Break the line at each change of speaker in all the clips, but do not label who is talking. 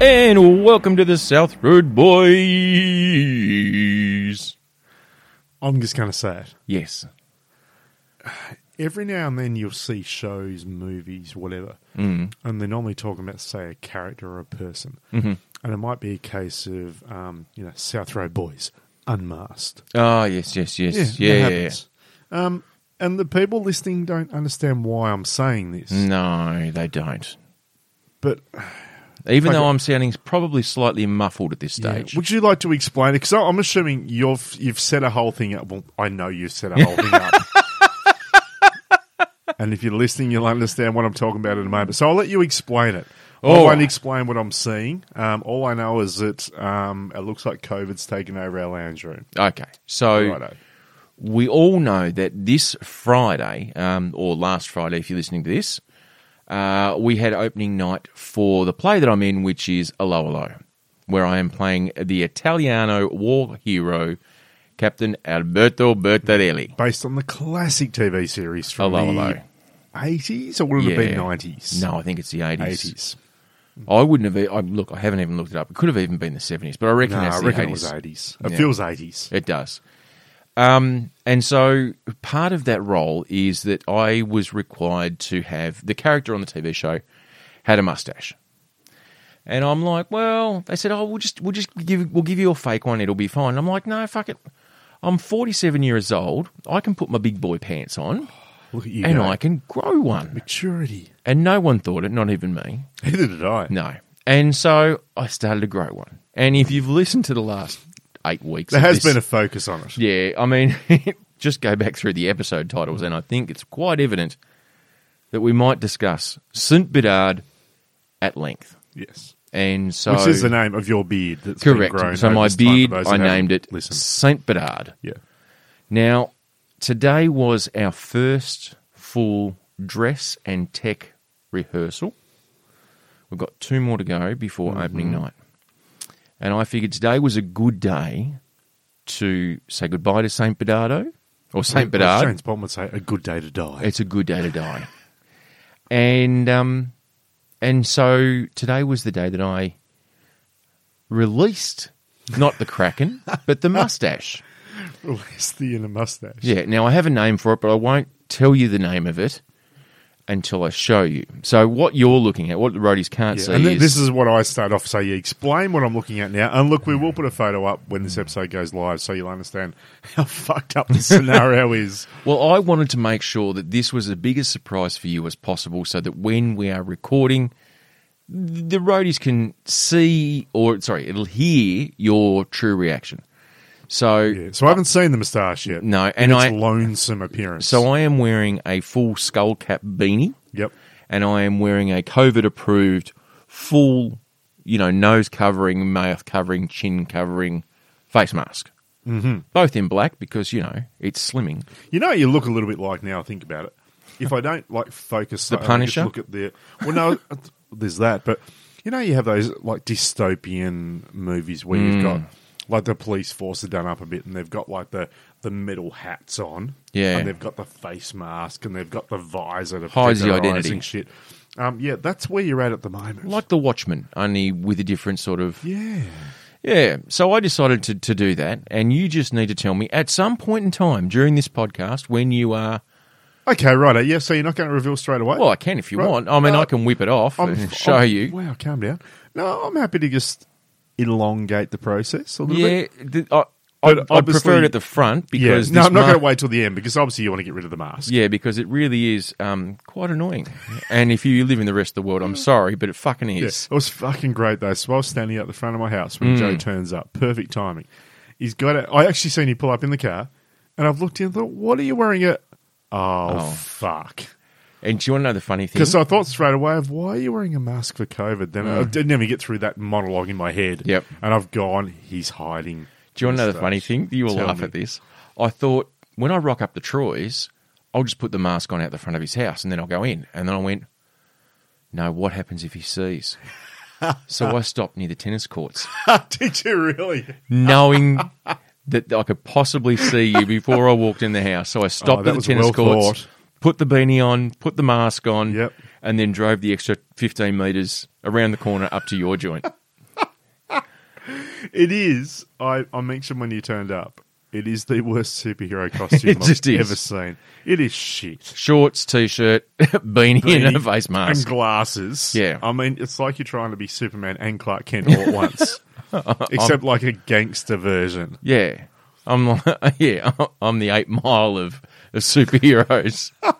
and welcome to the South Road Boys.
I'm just going to say it.
Yes.
Every now and then you'll see shows, movies, whatever,
Mm.
and they're normally talking about, say, a character or a person.
Mhm.
And it might be a case of, um, you know, South Road Boys, unmasked.
Ah, yes, yes, yes.
that
Yeah, yeah, yeah.
happens. Um, and the people listening don't understand why I'm saying this,
Mm. No, they don't.
but
Even
Like
though
a-
I'm sounding probably slightly muffled at this
Yeah.
stage.
Would you like to explain it? Because I'm assuming you've you've set a whole thing up. Well, I know you've set a whole thing up. And if you're listening, you'll understand what I'm talking about in a moment. So I'll let you explain it.
All
All I
right.
won't explain what I'm seeing. Um, all I know is that um, it looks like COVID's taken over our lounge room.
okay. So
Righto.
we all know that this Friday, um, or last Friday, if you're listening to this, uh, we had opening night for the play that I'm in, which is Alo Alo, where I am playing the Italiano war hero, Captain Alberto Bertarelli.
Based on the classic TV series from
Hello,
the
Oh, hello.
80s or would it have
Yeah.
been 90s?
No, I think it's the 80s.
80s.
I wouldn't have. e, I, look, I haven't even looked it up. It could have even been the 70s, but I reckon
No,
that's
I
the
reckon
80s.
it was 80s. It
Yeah.
feels 80s.
It does. Um, and so part of that role is that I was required to have the character on the TV show had a mustache. And I'm like, well, they said, oh, we'll just we'll just give we'll give you a fake one. It'll be fine. And I'm like, no, fuck it. I'm 47 years old. I can put my big boy pants on,
Look at you.
and
go.
I can grow one.
Maturity.
And no one thought it, not even me.
Neither did I.
No. And so I started to grow one. And if you've listened to the last eight weeks,
There
of
has
this-
been a focus on it.
yeah, I mean, just go back through the episode titles, and I think it's quite evident that we might discuss St. Bedard at length.
Yes.
And so,
Which is the name of your beard that's been grown
correct. So,
over
my
this time for
beard,
those
I
that haven't
named it
listened.
St. Bedard.
Yeah.
Now, today was our first full dress and tech rehearsal. We've got two more to go before opening night. And I figured today was a good day to say goodbye to St. Bernardo or St.
As
Bernard.
James Bond would say, a good day to die.
It's a good day to die. And um, and so today was the day that I released not the Kraken, but the mustache.
Release the inner mustache.
Yeah. Now I have a name for it, but I won't tell you the name of it until I show you. So what you're looking at, what the roadies can't
Yeah,
see,
and
is
th- this is what I start off. So you explain what I'm looking at now, and look, we will put a photo up when this episode goes live, so you'll understand how fucked up this scenario is.
well, I wanted to make sure that this was the biggest surprise for you as possible, so that when we are recording, th- the roadies can see or sorry, it'll hear your true reaction. So
Yeah, so I haven't seen the moustache yet.
No,
In
and
its
I-
lonesome appearance.
so I am wearing a full skull cap beanie.
yep,
and I am wearing a COVID approved full, you know, nose covering, mouth covering, chin covering face mask. Mm-hmm. Both in black because, you know, it's slimming.
you know, what you look a little bit like now. I Think about it. If I don't like focus,
The
I just
Punisher?
Look at the well, no, there's that, but you know, you have those like dystopian movies where you've
Mm.
got like the police force are done up a bit, and they've got like the the metal hats on,
Yeah.
and they've got the face mask, and they've got the visor to
Hides
hide
the
the
identity.
identity and shit. Um, yeah, that's where you're at at the moment.
Like The Watchmen, only with a different sort of.
yeah,
Yeah. So I decided to, to do that. And you just need to tell me at some point in time during this podcast when you are.
okay, right. Yeah, so you're not going to reveal straight away.
Well, I can if you
Right.
want. I mean,
Uh,
I can whip it off and show
I'm-
you.
Wow, calm down. No, I'm happy to just elongate the process a little bit.
Yeah. th- I, I,
But
I prefer it
obviously-
at the front
Yeah,
because.
no,
this
I'm not
mar-
going to wait till the end because obviously you want to get rid of the mask.
Yeah, because it really is um, quite annoying. and if you live in the rest of the world, I'm sorry, but it fucking
Yeah,
is.
it was fucking great though. So I was standing out the front of my house when
Mm.
Joe turns up. Perfect timing. He's got it. I actually seen you pull up in the car, and I've looked in and thought, "What are you wearing?" It. Oh,
Oh.
fuck.
And do you want to know the funny thing?
Because I thought straight away of why are you wearing a mask for COVID? Then I didn't even get through that monologue in my head.
Yep.
And I've gone. He's hiding.
do you want to know the
stuff.
funny thing? You will
Tell
laugh
me.
at this. I thought when I rock up the Troy's, I'll just put the mask on out the front of his house and then I'll go in. And then I went, no, what happens if he sees? so I stopped near the tennis courts,
Did you really?
knowing that I could possibly see you before I walked in the house. So I
Oh,
stopped
that
at the
was
tennis
well
courts,
thought.
put the beanie on, put the mask on,
Yep.
and then drove the extra 15 metres around the corner up to your joint.
It is. I, I mentioned when you turned up. It is the worst superhero costume
It just
I've
is.
ever seen. It is shit.
Shorts, t-shirt, beanie, and a
Beanie
face mask.
and glasses.
Yeah.
I mean, it's like you're trying to be Superman and Clark Kent all at once, except like a gangster version.
Yeah, I'm like, yeah, I'm the eight mile of, of superheroes. um,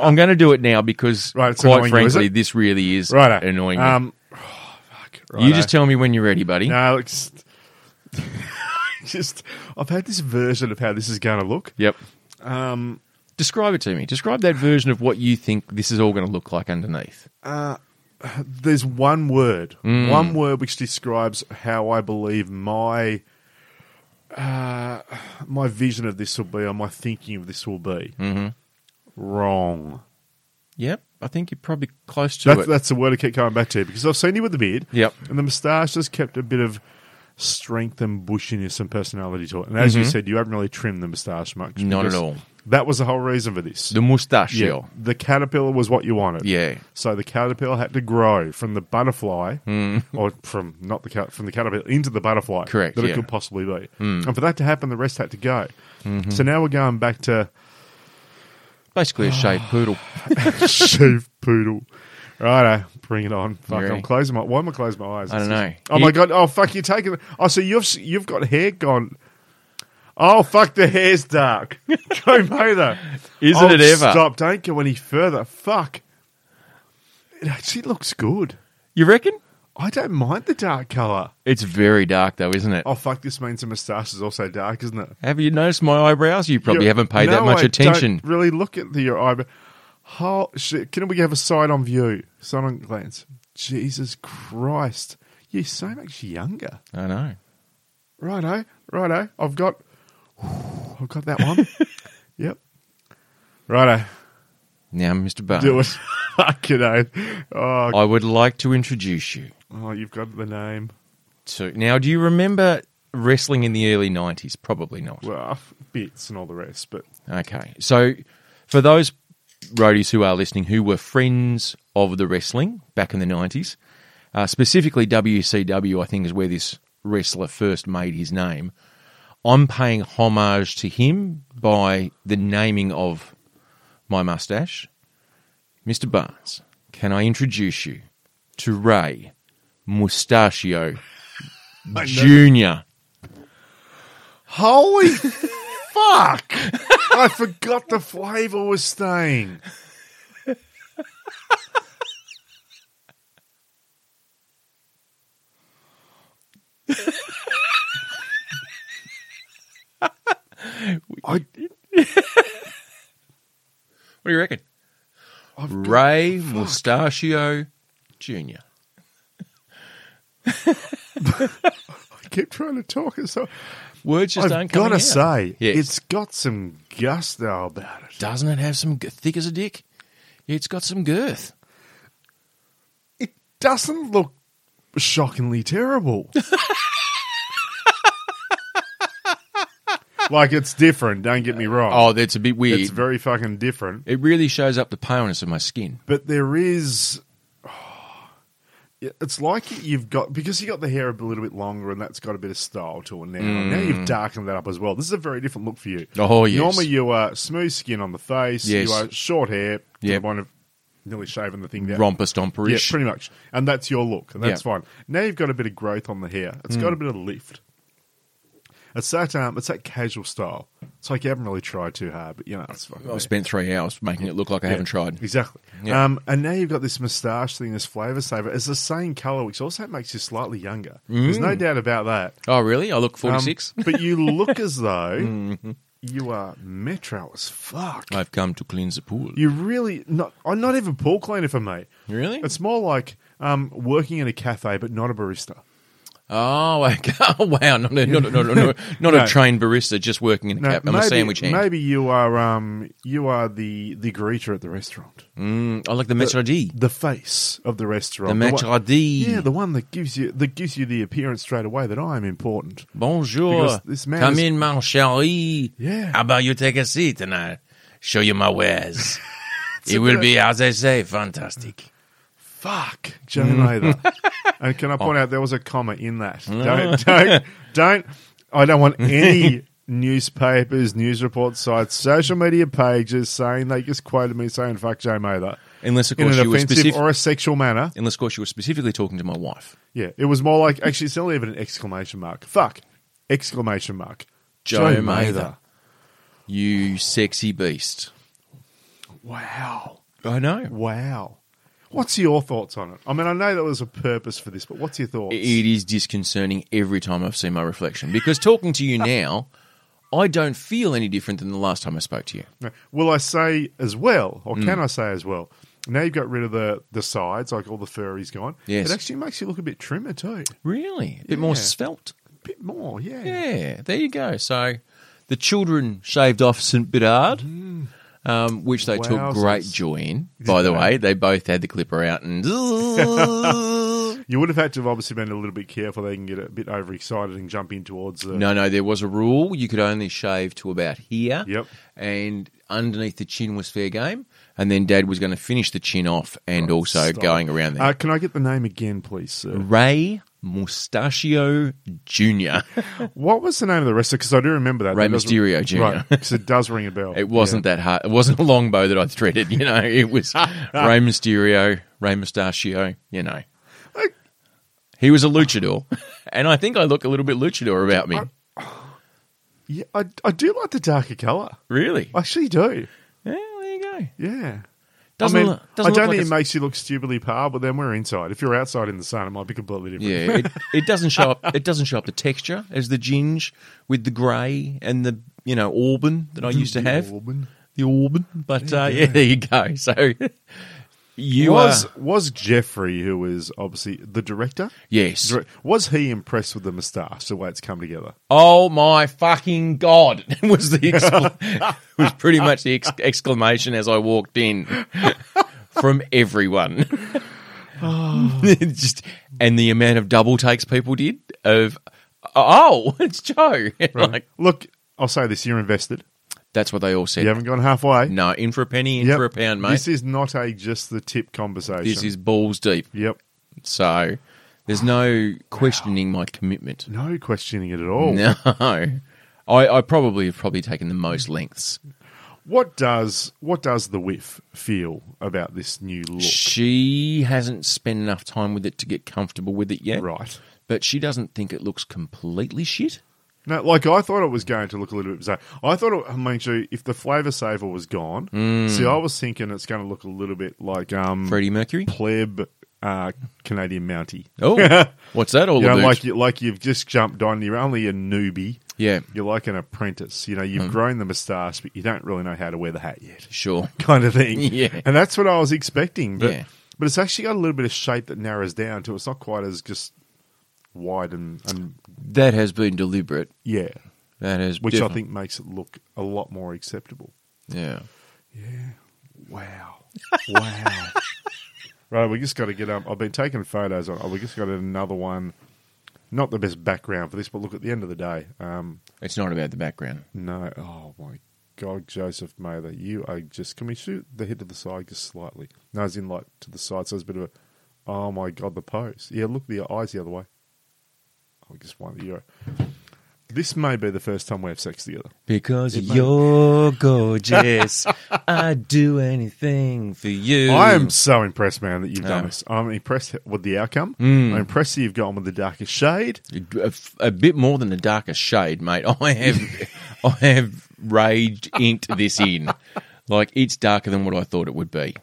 I'm going to do it now because,
Right, it's
quite
annoying you, is
frankly,
it?
this really is
Right,
annoying. me.
Um, fuck,
you
righto.
just tell me when you're ready, buddy.
no. It's, just I've had this version of how this is going to look.
Yep.
Um,
Describe it to me. Describe that version of what you think this is all going to look like underneath.
there's one word,
Mm.
one word which describes how I believe my uh, my vision of this will be, or my thinking of this will be.
Mm-hmm.
Wrong.
Yep. I think you're probably close to
That's
it.
that's the word I keep coming back to because I've seen you with the beard.
Yep.
and the moustache just kept a bit of strength and bushiness and personality to it. And as you said, you haven't really trimmed the moustache much.
Mm-hmm. Not at
because
all.
That was the whole reason for this.
the mustachio.
yeah, the caterpillar was what you wanted.
Yeah.
So the caterpillar had to grow from the butterfly, or from not the cat from the caterpillar into the butterfly.
Hmm. Correct,
That
yeah. Hmm.
it could possibly be, and for that to happen, the rest had to go.
Mm-hmm.
So now we're going back to
Basically a shaved poodle.
shaved poodle. Righto, bring it on. Fuck,
ready?
I'm closing my. Why am I closing my eyes?
I don't
It's
know.
just- oh
You-
my god! Oh fuck! You're taking. Oh, so you've s- you've got hair gone. Oh fuck! The hair's dark. go Mather.
Isn't
Oh,
it ever?
Stop! Don't go any further. Fuck. It actually looks good.
You reckon?
I don't mind the dark color.
It's very dark though, isn't it?
Oh fuck! This means the moustache is also dark, isn't it?
Have you noticed my eyebrows? You probably
You-
haven't paid
No,
that much
I
attention.
Don't really look at the, your eyebrow. How shit? Can we have a side on view? Side on glance. Jesus Christ! You're so much younger.
I know.
Righto, righto. I've got, I've got that one. yep. Righto.
Now, Mr. Barnes,
Do it. Fucking hell. Oh,
I would like to introduce you
oh, you've got the name.
to. Now, do you remember wrestling in the early 90s? Probably not.
Well, bits and all the rest, but
Okay. So, for those roadies who are listening who were friends of the wrestling back in the 90s, uh, specifically WCW, I think is where this wrestler first made his name. I'm paying homage to him by the naming of my mustache. Mr. Barnes, can I introduce you to Ray Mustachio Jr.?
Holy fuck! I forgot the flavour was staying. I,
What do you reckon?
I've got-
Ray Mustachio Jr.
I keep trying to talk. and So
Words just
I've
aren't
got
coming
to
out.
say,
Yes.
it's got some gusto about it.
doesn't it have some g- thick as a dick? It's got some girth.
It doesn't look shockingly terrible. like it's different. Don't get me wrong.
Oh, that's a bit weird.
It's very fucking different.
it really shows up the paleness of my skin.
But there is. Yeah, It's like you've got because you got the hair a little bit longer, and that's got a bit of style to it now. Now you've darkened that up as well. This is a very different look for you.
Mm. Oh, yes.
Normally you are smooth skin on the face.
Yes.
You are short hair. to the
Yep.
point of nearly shaving the thing down.
Romper
Yeah,
stomperish.
pretty much. And that's your look, and that's
Yeah. Mm.
fine. Now you've got a bit of growth on the hair. It's got a bit of lift. It's that um, it's that casual style. It's like you haven't really tried too hard, but you know, it's fucking
I
there.
spent three hours making it look like I haven't tried.
Exactly.
Yeah.
Um, and now you've got this moustache thing, this flavour saver. It's the same colour, which also makes you slightly younger. There's
Mm.
no doubt about that.
Oh, really? I look
Um,
46.
but you look as though
Mm-hmm.
you are metro as fuck.
I've come to cleanse the pool.
Um, You really not. I'm not even pool cleaner for me.
Really?
It's more like um, working in a cafe, but not a barista.
oh, okay. oh, wow. Not a, not a, not a, not a, not
No.
a trained barista just working in a,
No,
cap. I'm a sandwich hand.
Maybe you are um, you are the the greeter at the restaurant,
Mm, I like the maitre d'.
the face of the
The
restaurant, the one-
maitre d'.
Yeah, the one that gives you that gives you the appearance straight away that I am important.
Bonjour.
Because this man
Come
is-
in, mon chéri.
Yeah.
How about Ah, you take a seat and I'll show you my wares? it will be, as I say, fantastic.
Fuck, Joe
Mm.
Mather. and can I point
Oh.
out there was a comma in that? Don't, don't, don't. I don't want any newspapers, news report sites, social media pages saying they just quoted me saying "fuck Joe Mather"
Unless, of
in
course,
an
you were
offensive
specific.
or a sexual manner.
Unless, of course, you were specifically talking to my wife.
Yeah, it was more like actually it's not even an exclamation mark. Fuck, exclamation mark.
Joe Mather. You sexy beast.
Wow,
I know.
wow. What's your thoughts on it? I mean, I know there was a purpose for this, but what's your thoughts?
It is disconcerting every time I've seen my reflection because talking to you now, I don't feel any different than the last time I spoke to you.
Now, Will I say as well,
Hmm.
or can I say as well? Now you've got rid of the the sides, like all the fur is gone.
Yes.
it actually makes you look a bit trimmer too,
Really? A bit more
Yeah.
svelte.
a bit more. Yeah,
Yeah, there you go. So the children shaved off St. Bernard,
Mm.
um, which they took
Wowzers.
great joy in. By the
Yeah.
way, they both had the clipper out and. no,
you would have had to have obviously been a little bit careful. They can get a bit overexcited and jump in towards the.
no, there was a rule. You could only shave to about here.
Yep.
And underneath the chin was fair game. And then dad was going to finish the chin off and also
Oh, stop.
going around there.
Uh, can I get the name again, please, sir?
Ray Mustachio Jr.
What was the name of the wrestler? Because I do remember that.
Rey
That does-
Mysterio Jr..
Right, because it does ring a bell.
It wasn't that hard. It wasn't a longbow that I threaded. You know, it was Ray Mysterio, Ray Mustachio. You know,
Yeah. Like,
he was a luchador, and I think I look a little bit luchador about me.
yeah, I, I do like the darker colour.
Really?
I actually do.
Yeah, there you go.
Yeah.
Doesn't
I mean,
look- doesn't
I don't
look like
think
it's-
it makes you look stupidly pale, but then we're inside. If you're outside in the sun, it might be completely different.
Yeah, it, it doesn't show up. It doesn't show up the texture as the ginge with the grey and the you know auburn that I used to have
Mm, Auburn.
the auburn. But uh, yeah, there you go. So you
was
are
was Jeffrey, who was obviously the director,
yes.
dir- was he impressed with the moustache, the way it's come together?
Oh my fucking god! Was the expl- was pretty much the ex- exclamation as I walked in from everyone. Just and the amount of double takes people did of oh it's Joe like
Look, I'll say this: you're invested.
that's what they all said.
You haven't gone halfway.
No, in for a penny, in
Yep.
for a pound, mate. This
This
is,
is not a just the tip conversation.
balls deep.
Yep.
So there's no questioning my commitment.
No questioning it at all.
No, I, I probably have probably taken the most lengths.
What does what does the whiff feel about this new look?
She hasn't spent enough time with it to get comfortable with it yet.
Right.
But she doesn't think it looks completely shit.
No, like I thought it was going to look a little bit bizarre. I thought, it, I mean, gee, if the flavour saver was gone,
Hmm.
see, I was thinking it's going to look a little bit like um,
Freddie Mercury.
pleb uh, Canadian Mountie.
Oh, what's that all
You know,
about?
like you, like you've just jumped on. You're only a newbie.
yeah,
You're like an apprentice. You know, you've
Hmm.
grown the moustache, but you don't really know how to wear the hat yet,
sure.
kind of thing.
Yeah.
and that's what I was expecting. But
Yeah.
but it's actually got a little bit of shape that narrows down to it's not quite as just wide and, and
That has been deliberate.
yeah,
That has,
which
defi-
I think makes it look a lot more acceptable.
yeah.
Wow. Wow. right, we just got to get up. I've been taking photos on. Oh, we just got another one. Not the best background for this, but look, at the end of the day, um,
It's not about the background.
no. Oh, my God, Joseph Mather, you are just. Can we shoot the head to the side just slightly? No, as in, like, to the side. So it's a bit of a. Oh, my God, the pose. Yeah, look, the eyes the other way. I just wonder. You're, this may be the first time we have sex together.
Because you're gorgeous, I'd do anything for you.
I am so impressed, man, that you've done
Yeah.
this. I'm impressed with the outcome.
Mm.
I'm impressed that you've gone with the darkest shade.
a, a bit more than the darkest shade, mate. I have, I have rage inked this in. Like it's darker than what I thought it would be.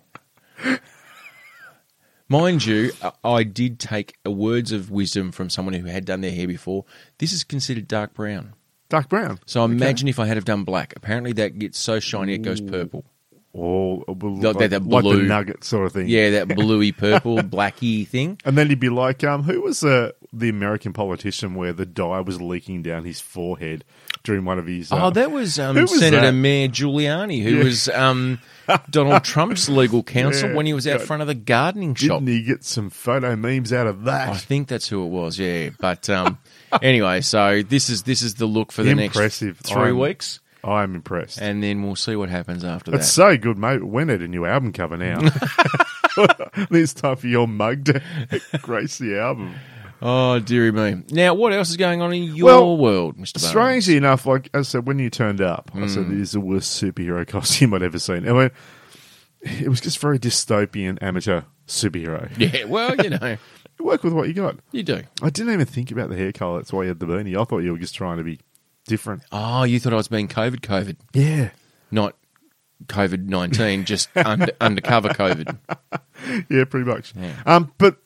Mind you, I- I did take a words of wisdom from someone who had done their hair before. This is considered dark brown.
Dark brown.
So imagine if I had have done black. Apparently, that gets so shiny it goes purple.
Or or
Like
like,
that- that
like the
blue.
nugget sort of thing.
Yeah, that bluey purple, blacky thing.
And then you'd be like, um, who was the, the American politician where the dye was leaking down his forehead during one of his. Uh,
Oh, that was, um,
Who was
Senator
that?
Mayor Giuliani, who
Yeah.
was um, Donald Trump's legal counsel
Yeah,
when he was out
God.
front of the gardening shop.
Didn't he get some photo memes out of
I
that?
think that's who it was. Yeah, but um, anyway, so this is this is the look for the
Impressive.
next 3
I'm-
weeks,
I'm impressed.
and then we'll see what happens after
That's
that.
so good, mate. We need a new album cover now. I think it's time for your mug to grace the album.
Oh, dearie me. Now, what else is going on in your
Well,
world, Mr. Barnes?
Strangely enough, like I said, when you turned up, I said it is the worst superhero costume I'd ever seen. I mean, it was just very dystopian amateur superhero.
Yeah, well, you know,
You work with what you got.
you do.
I didn't even think about the hair color. That's why you had the beanie. I thought you were just trying to be different.
Oh, you thought I was being COVID, COVID,
Yeah,
not COVID 19, just under, undercover COVID.
yeah, pretty much. Um, but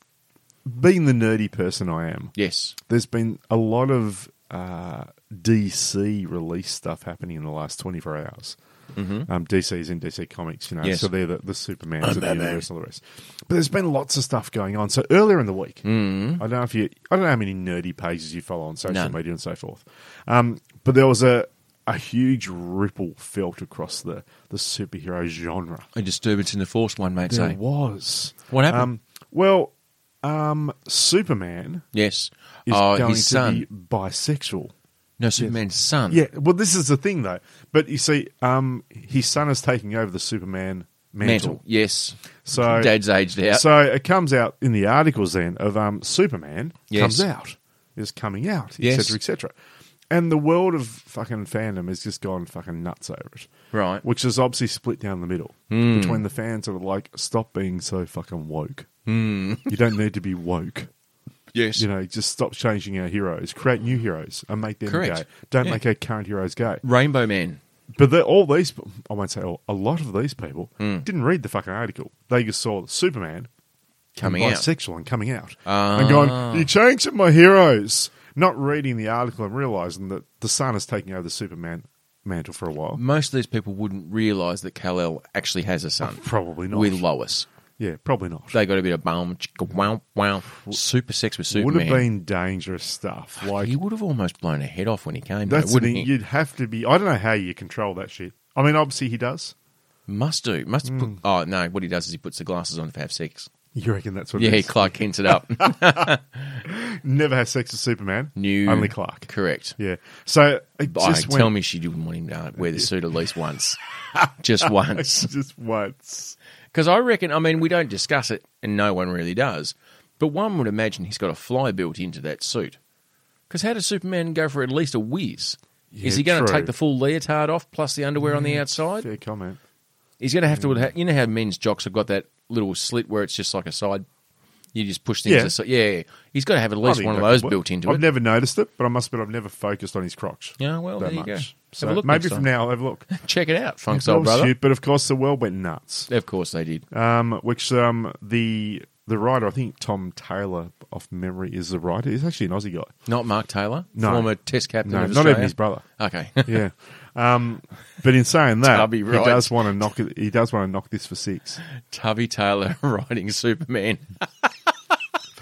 being the nerdy person I am,
Yes.
there's been a lot of uh, DC release stuff happening in the last 24 hours. Mm-hmm. Um, DC is in DC Comics, you know,
Yes.
so they're the, the Supermans of the
Batman.
universe and all the rest. But there's been lots of stuff going on. So earlier in the week, mm I don't know if you, I don't know how many nerdy pages you follow on social
Mm-hmm. None.
media and so forth, um, but there was a a huge ripple felt across the the superhero genre.
A disturbance in the force, one might
There
say.
was
What happened?
um, well, um, Superman
yes.
is
oh,
going
his
to
son.
be bisexual.
No, Superman's son.
Yeah, well, this is the thing though. But you see, um, his son is taking over the Superman mantle.
Mantle. Yes.
So,
Dad's aged out.
so it comes out in the articles then of um, Superman
Yes.
comes out is coming out,
Yes.
etc., etc. And the world of fucking fandom has just gone fucking nuts over it,
right. Hmm.
which is obviously split down the middle between the fans that are like, "Stop being so fucking woke. You don't need to be woke."
Hmm. Yes.
you know, just stop changing our heroes, create new heroes, and make them
Correct.
gay. Don't
Yeah.
make our current heroes gay.
Rainbow Man.
But they're- all these, I won't say all, a lot of these people
Hmm.
didn't read the fucking article. They just saw Superman
Coming
and
out.
bisexual and coming out,
Ah.
and going, "You changed my heroes." Not reading the article and realizing that the sun is taking over the Superman mantle for a while.
Most of these people wouldn't realise that Kal El actually has a son
Probably not.
with Lois.
yeah, probably not.
They got a bit of bum, chicka, wow, wow, super sex with Superman.
Would have been dangerous stuff. Like
he would have almost blown a head off when he came, though,
that's the
wouldn't e-
thing.
he?
You'd have to be. I don't know how you control that shit. I mean, obviously he does.
Must do. Must
Hmm.
put. Oh no, what he does is he puts the glasses on to have sex.
You reckon that's what?
Yeah,
it
he
is?
Clark Kent's it up.
never has sex with Superman.
New
only Clark.
Correct.
Yeah. So it
Oh,
just
tell
went
me she didn't want him to wear the suit at least once, just once.
just once.
Because I reckon. I mean, we don't discuss it, and no one really does. But one would imagine he's got a fly built into that suit. Because how does Superman go for at least a whiz? Is
Yeah,
he going to
true. Mm,
take the full leotard off plus the underwear on the outside?
Fair comment.
He's going to have to. You know how men's jocks have got that little slit where it's just like a side. You just push things.
Yeah.
aside. Yeah, yeah. He's got to have at
I
least
think
one of
that
those
could work.
built into
I've
it.
never noticed it, but I must admit I've never focused on his crotch.
Yeah, well,
that
there you
much.
go.
So
Have a look
maybe
next
from
time.
now I'll have a look.
Check it out, Funk
That
Soul
was
Brother.
cute, but of course the world went nuts.
Of course they did.
Um, which um, the the writer, I think Tom Taylor, off memory, is the writer. He's actually an Aussie guy.
Not Mark Taylor,
No.
former Test captain.
No,
of
not
Australia.
even his brother.
Okay.
yeah. Um, but in saying that,
Tubby
he
right.
does want to knock. It, he does want to knock this for six.
Tubby Taylor riding Superman.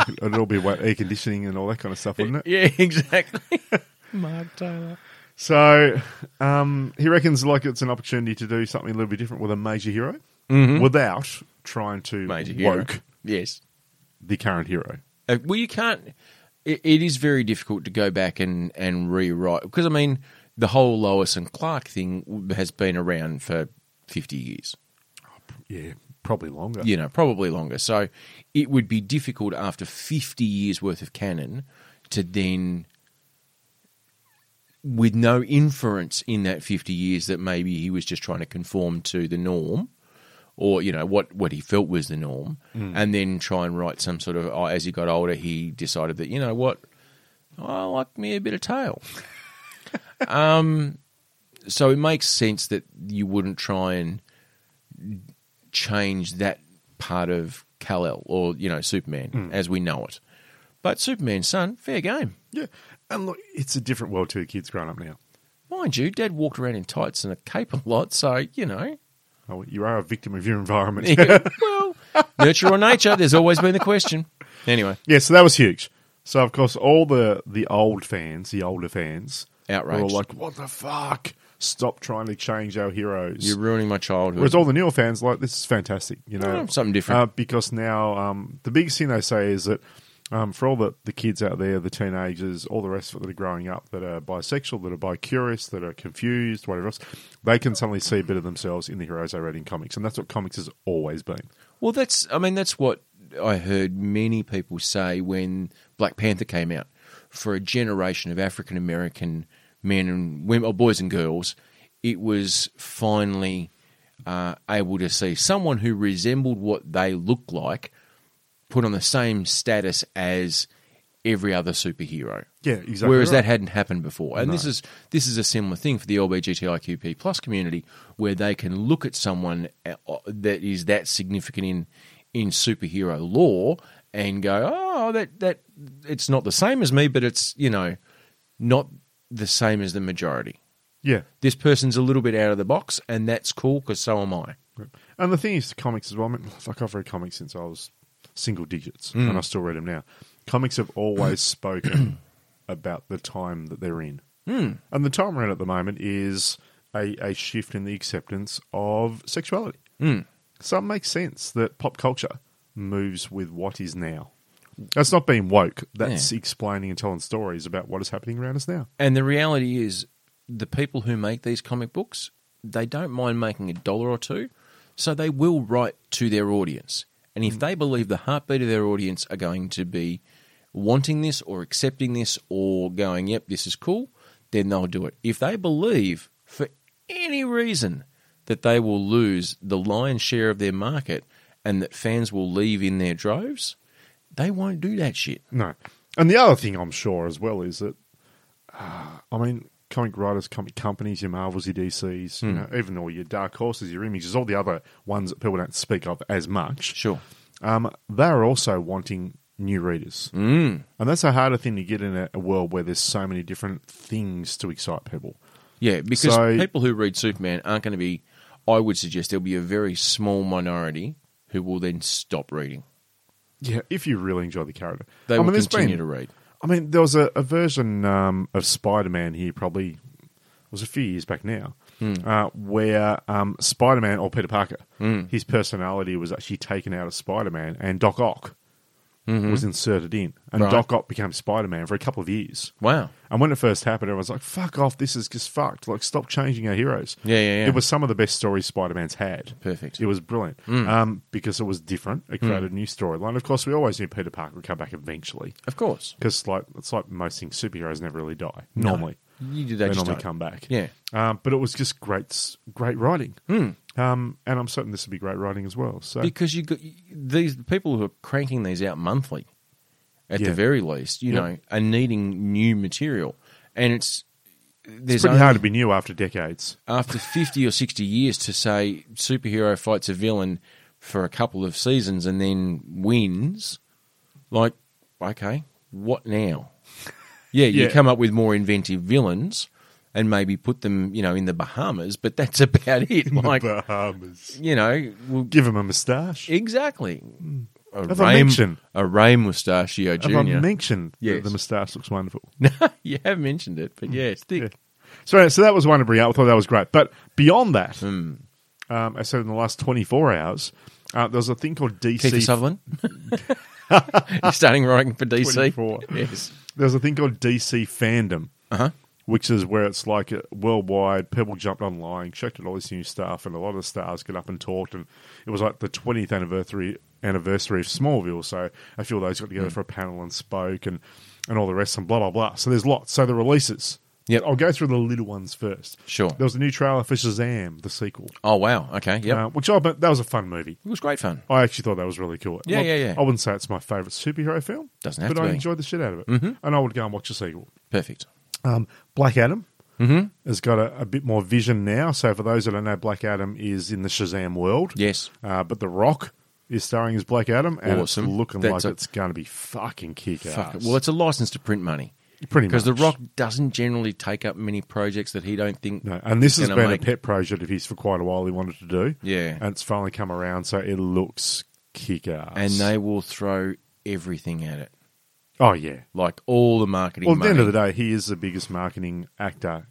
It'd all be wet air conditioning and all that kind of stuff, wouldn't it?
yeah, exactly. Mark Taylor.
So um, he reckons like it's an opportunity to do something a little bit different with a major hero without trying to
Mm-hmm. Major hero.
woke
Yes.
the current hero.
Uh, well, you can't. It, it is very difficult to go back and, and rewrite because I mean the whole Lois and Clark thing has been around for fifty years,
Yeah, probably longer.
you know, probably longer. So it would be difficult after fifty years worth of canon to then, with no inference in that fifty years that maybe he was just trying to conform to the norm. Or you know what, what he felt was the norm, and then try and write some sort of. Oh, as he got older, he decided that you know what, I like me a bit of tail. um, so it makes sense that you wouldn't try and change that part of Kal El or you know Superman as we know it. But Superman's son, fair game,
Yeah, and look, it's a different world to the kids growing up now.
mind you. Dad walked around in tights and a cape a lot, so you know.
Oh, you are a victim of your environment.
well, nurture or nature? There's always been the question. Anyway,
Yeah, so that was huge. So of course, all the the old fans, the older fans, were all
Outraged.
like, "What the fuck? Stop trying to change our heroes."
you're ruining my childhood.
Whereas all the newer fans like this is fantastic, you know,
Oh, something different.
Uh, because now um, the biggest thing they say is that um, for all the, the kids out there, the teenagers, all the rest of it that are growing up that are bisexual, that are bicurious, that are confused, whatever else, they can suddenly see a bit of themselves in the heroes they read in comics, and that's what comics has always been.
Well, that's I mean that's what I heard many people say when Black Panther came out. For a generation of African American men and women, or boys and girls, it was finally uh, able to see someone who resembled what they looked like put on the same status as every other superhero.
Yeah, exactly.
Whereas
right.
that hadn't happened before, and this is this is a similar thing for the LBGTIQP plus community, where they can look at someone uh, that is that significant in in superhero lore and go, oh, that that it's not the same as me, but it's you know not the same as the majority.
yeah.
This person's a little bit out of the box, and that's cool because so am I.
And the thing is, comics as well. I mean, like I've read comics since I was single digits, and I still read them now. Comics have always spoken about the time that they're in, and the time we're in at the moment is a, a shift in the acceptance of sexuality. So it makes sense that pop culture moves with what is now. That's not being woke. That's explaining and telling stories about what is happening around us now.
And the reality is, the people who make these comic books, they don't mind making a dollar or two, so they will write to their audience. And if they believe the heartbeat of their audience are going to be wanting this or accepting this or going, yep, this is cool, then they'll do it. If they believe for any reason that they will lose the lion's share of their market and that fans will leave in their droves, they won't do that shit.
No. And the other thing I'm sure as well is that, uh, I mean, comic writers, comic companies, your Marvels, your DCs,
Hmm.
you know, even all your Dark Horses, your Images, all the other ones that people don't speak of as much,
Sure.
um, they're also wanting new readers.
Mm.
And that's a harder thing to get in a, a world where there's so many different things to excite people.
Yeah, because
So-
people who read Superman aren't going to be. I would suggest there'll be a very small minority who will then stop reading.
Yeah. If you really enjoy the character.
They
I
will
mean, Oh, there's
continue
been-
to read.
I mean, there was a, a version um, of Spider Man here, probably it was a few years back now,
Hmm.
uh, where um, Spider Man or Peter Parker,
Hmm.
his personality was actually taken out of Spider Man, and Doc Ock was inserted in, and
Mm-hmm. Right.
Doc Ock became Spider Man for a couple of years.
Wow.
And when it first happened, everyone's like, "Fuck off! This is just fucked. Like, stop changing our heroes."
Yeah, yeah, yeah.
It was some of the best stories Spider Man's had.
Perfect.
It was brilliant
Hmm.
um, because it was different. It created a new storyline. Of course, we always knew Peter Parker would come back eventually.
Of course.
Because like it's like most things, superheroes never really die. Normally,
You did
they,
that.
normally come back.
Yeah. Hmm.
um, but it was just great, s- great writing. Um, and I'm certain this would be great writing as well. So
Because you got these people who are cranking these out monthly, at
Yeah.
the very least, you
Yeah.
know, are needing new material, and it's there's
it's pretty
only-
hard to be new after decades.
after 50 or 60 years to say superhero fights a villain for a couple of seasons and then wins like okay what now yeah, you
Yeah.
come up with more inventive villains and maybe put them you know in the bahamas but that's about it like
Bahamas.
you know well,
Give him a moustache.
exactly a
Have I mentioned-
a ray mustachio
Have I
junior
mentioned that
Yes.
the moustache looks wonderful?
you have mentioned it but yeah stick
Yeah. So, anyway, so that was one to bring out. I thought that was great. But beyond that,
Hmm.
um, I said in the last 24 hours, uh, there was a thing called DC
Kiefer Sutherland You're starting writing for DC
24.
yes
There's a thing called DC fandom,
Uh-huh.
which is where it's like uh, worldwide. People jumped online, checked out all this new stuff, and a lot of stars got up and talked. And it was like the 20th anniversary anniversary of Smallville, so a few of those got
Mm.
together for a panel and spoke, and and all the rest, and blah blah blah. So there's lots. So the releases.
Yep.
I'll go through the little ones first.
Sure.
There was a new trailer for Shazam, the sequel,
Oh wow! Okay, yep,
uh, which I bet that was a fun movie.
it was great fun.
I actually thought that was really cool.
Yeah,
Look,
yeah, yeah.
I wouldn't say it's my favourite superhero film.
Doesn't have
but
to
I
be. Mm-hmm.
enjoyed the shit out of it. And I would go and watch the sequel.
Perfect.
Um, Black Adam
Mm-hmm.
has got a, a bit more vision now. So for those that don't know, Black Adam is in the Shazam world.
Yes.
Uh, but The Rock is starring as Black Adam, and
Awesome.
it's looking
That's a-
like it's going to be fucking kick
Fuck it.
ass.
Well, it's a license to print money
pretty much
because The Rock doesn't generally take up many projects that he don't think.
No, and this has
gonna
been
make-
a pet project of his for quite a while. He wanted to do,
Yeah.
and it's finally come around. So it looks kick ass.
And they will throw everything at it,
oh yeah.
like all the marketing.
Well, at the end of
money. Hmm.
the day, he is the biggest marketing actor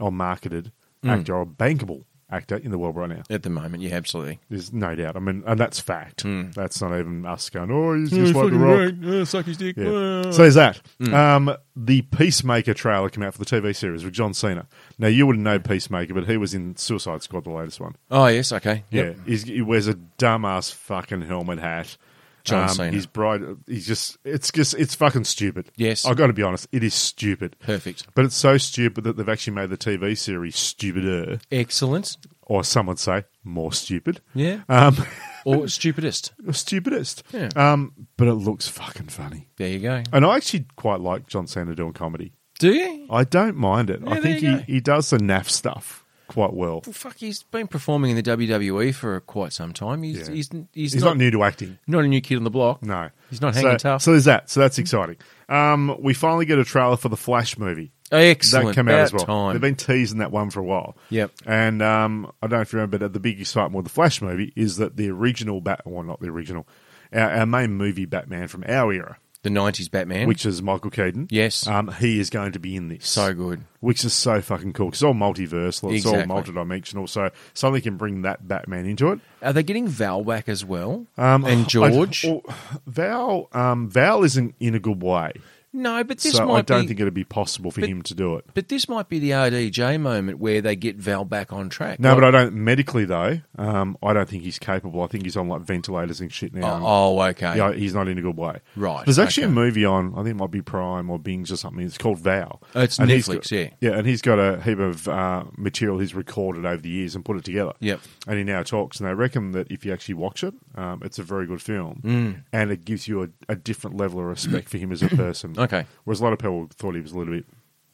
or marketed actor or bankable actor in the world right now.
At the moment, yeah, absolutely.
There's no doubt. I mean, and that's fact.
Hmm.
That's not even us going, oh, he's just like the rock.
suck his dick.
Yeah. So there's that.
Hmm.
Um, the Peacemaker trailer came out for the TV series with John Cena. Now, you wouldn't know Peacemaker, but he was in Suicide Squad, the latest one.
oh, yes, okay. Yep.
Yeah, he's, he wears a dumbass fucking helmet hat. Um,
John Cena.
He's bright. He's just. It's just. It's fucking stupid.
Yes.
I got to be honest. It is stupid.
Perfect.
But it's so stupid that they've actually made the TV series stupider,
Excellent.
or some would say more stupid,
Yeah.
um,
or stupidest.
stupidest.
Yeah.
Um, but it looks fucking funny,
There you go.
and I actually quite like John Cena doing comedy.
Do you?
I don't mind it.
Yeah,
I
there
think
you
he,
go.
he does the naff stuff quite well.
Well, fuck, he's been performing in the WWE for quite some time. He's,
Yeah.
he's, he's,
He's not,
not,
new to acting.
not a new kid on the block.
No,
He's not
so,
hanging tough.
So there's that. So that's exciting. Um, we finally get a trailer for the Flash movie.
Excellent.
That came out
About
as well.
Time.
They've been teasing that one for a while.
Yep.
And um, I don't know if you remember, but the big excitement with the Flash movie is that the original Bat, well, not the original, our, our main movie Batman from our era,
the 90s Batman.
which is Michael Keaton.
Yes.
Um, he is going to be in this.
so good.
which is so fucking cool. 'cause It's all multiverse, it's all
Exactly.
multidimensional. So something can bring that Batman into it.
Are they getting Val back as well?
Um, I-
and George?
well, Val, um, Val isn't in a good way,
no, but this
so
might
I don't
be.
think it'd be possible for him to do it.
but this might be the RDJ moment where they get Val back on track.
No,
Like-
but I don't medically though. Um, I don't think he's capable. I think he's on like ventilators and shit now.
Oh, oh, okay.
Yeah, he's not in a good way.
Right,
There's actually
okay.
a movie on. I think it might be Prime or Bing's or something. It's called Val.
Oh, it's
he's
Netflix,
got-
yeah.
Yeah, and he's got a heap of uh, material he's recorded over the years and put it together.
Yep.
And he now talks, and they reckon that if you actually watch it, um, it's a very good film,
Mm.
and it gives you a, a different level of respect for him as a person.
Okay.
Whereas a lot of people thought he was a little bit,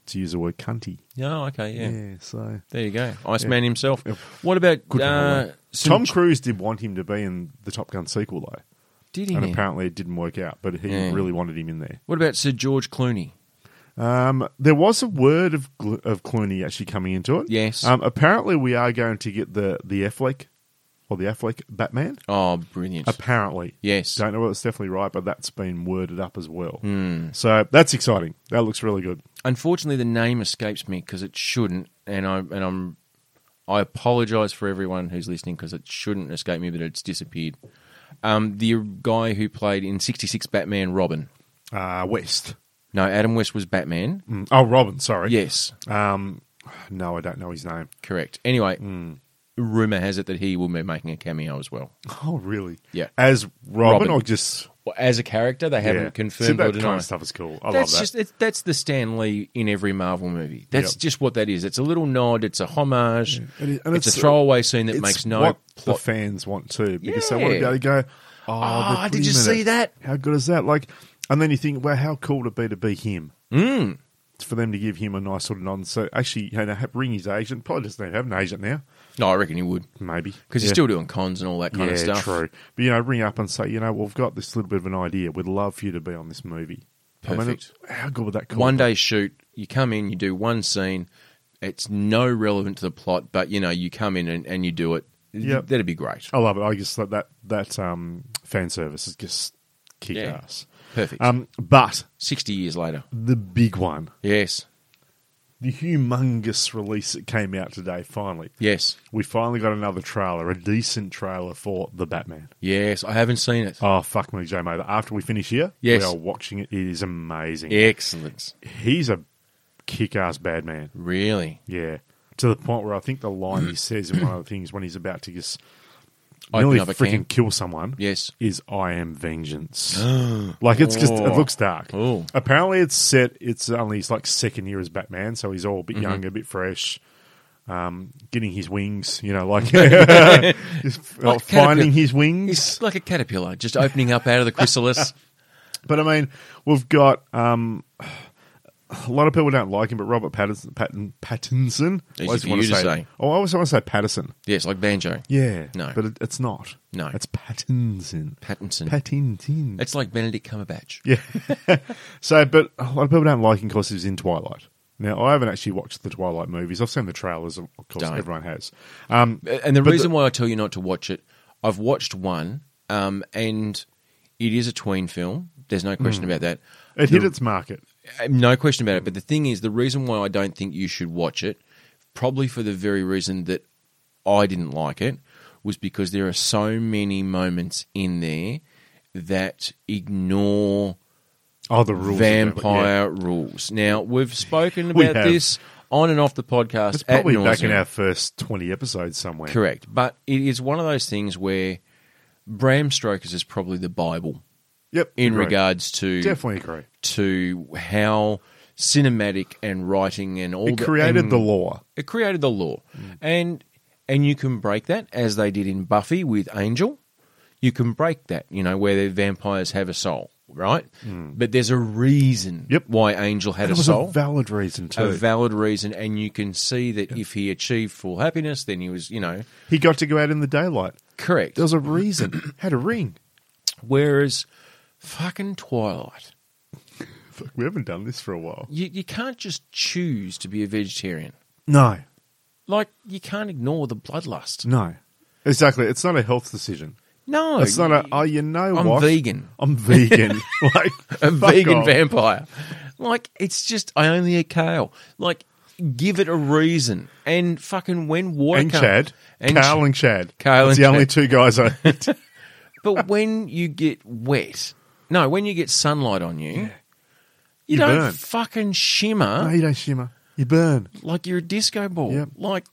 to use the word, cunty.
No, okay, yeah.
so.
There you go. Iceman himself. What about
Good
uh,
one.
some-
Tom Cruise did want him to be in the Top Gun sequel though,
Did he?
and
now?
apparently it didn't work out. But he
Yeah.
really wanted him in there.
What about Sir George Clooney?
Um, there was a word of Gl- of Clooney actually coming into it.
Yes.
Um, apparently, we are going to get the the Affleck or the Affleck Batman.
Oh, brilliant.
Apparently,
yes.
don't know whether it's definitely right, but that's been worded up as well.
Hmm.
So that's exciting. That looks really good.
Unfortunately, the name escapes me because it shouldn't, and I and I'm I apologise for everyone who's listening because it shouldn't escape me, but it's disappeared. Um, the guy who played in '66 Batman Robin.
Uh, West.
No, Adam West was Batman.
Mm. Oh, Robin. Sorry.
Yes,
Um, no, I don't know his name.
correct. Anyway,
Hmm.
rumor has it that he will be making a cameo as well.
Oh, really?
Yeah.
As Robin,
Robin.
or just
Well, As a character, they haven't
yeah. See,
confirmed
that
or
kind
denied.
of stuff is cool. I
that's
love that.
just it's, that's the Stan Lee in every Marvel movie. That's
Yep.
just what that is. It's a little nod. It's a homage.
And it- and
it's,
it's-
a
uh,
throwaway scene that
It's
makes no
what the
plot.
fans want too because they want to
Yeah.
be able to go, oh,
Ah,
the
did you
three
see that?
How good is that? Like, and then you think, well, how cool would it be to be him? Mm. For them to give him a nice sort of nod. So actually, you know, ha- ring his agent. Probably doesn't even have an agent now,
no, I reckon he would
maybe
because
Yeah.
he's still doing cons and all that kind
yeah,
of stuff.
true. But you know, ring up and say, you know, we've got this little bit of an idea. We'd love for you to be on this movie. I mean,
Perfect.
how good would that? Cool
One day shoot, you come in, you do one scene. It's no relevant to the plot, but you know you come in and, and you do it.
Yep. Oh.
That'd be great.
I love it. I just like that that um, fan service is just kick
Yeah.
ass.
Perfect.
Um, but
Sixty years later,
the big one.
yes,
the humongous release that came out today, finally.
yes,
We finally got another trailer, a decent trailer for The Batman.
yes. I haven't seen it.
Oh, fuck me, J Mo. After we finish here,
Yes.
we are watching it. It is amazing.
Excellent.
He's a kick ass bad man.
Really.
Yeah. To the point where I think the line he says in one of the things when he's about to just
Open
nearly
up a can.
freaking kill someone
Yes.
is I am vengeance. like it's just it
Oh.
looks dark.
Oh.
Apparently it's set it's only his like second year as Batman, so he's all a bit
Mm-hmm.
young, a bit fresh. Um, getting his wings, you know, like he's, uh,
Like
finding
caterpillar.
his wings.
It's like a caterpillar, just opening up out of the chrysalis.
But I mean, we've got um, a lot of people don't like him, but Robert Pattinson, Patton, Pattinson. I
Easy
always
for
wanna
you to say.
Oh, I always want to say Patterson.
yes, like banjo.
Yeah,
No.
but it, it's not.
No.
it's Pattinson.
Pattinson.
Pattinson.
it's like Benedict Cumberbatch.
Yeah. so, but a lot of people don't like him because he was in Twilight. Now, I haven't actually watched the Twilight movies. I've seen the trailers, of course,
Don't.
everyone has. Um,
And the
But
reason why I tell you not to watch it, I've watched one, um, and it is a tween film. There's no question
Hmm.
about that.
it hit its market.
Uh, No question about it. But the thing is, the reason why I don't think you should watch it, probably for the very reason that I didn't like it was because there are so many moments in there that ignore
Oh, the rules. again, but yeah.
vampire rules. Now we've spoken
We
about
have.
this on and off the podcast.
It's probably
at
back in
nauseam.
our first 20 episodes somewhere.
Correct. But it is one of those things where Bram Stoker's is probably the Bible
Yep.
in
agree.
regards to
Definitely agree.
to how cinematic and writing and all
It created
and
the law. Mm.
it created the law. And and you can break that as they did in Buffy with Angel. You can break that, you know, where the vampires have a soul, right? But there's a reason
Mm. Yep.
why Angel had
It
a
was
soul
a valid reason, too.
a valid reason, and you can see that if he achieved full happiness, then he was, you know,
he got to go out in the daylight.
correct.
There was a reason. Had a ring.
Whereas, fucking Twilight,
Fuck, we haven't done this for a while.
you, you can't just choose to be a vegetarian.
No.
Like, you can't ignore the bloodlust.
No. Exactly. It's not a health decision.
No,
It's not a, oh, you know
I'm
what?
vegan.
I'm vegan. like,
A
fuck
vegan
off.
vampire. Like, it's just, I only eat kale. Like, give it a reason. And fucking when water
And
comes-
Chad.
And
Carl and Chad.
Carl
That's
and
the only
Chad.
two guys I.
But when you get wet, no, when you get sunlight on you, you,
You
don't
burn.
fucking shimmer
no, you don't shimmer. You burn.
like you're a disco ball.
Yep.
Like,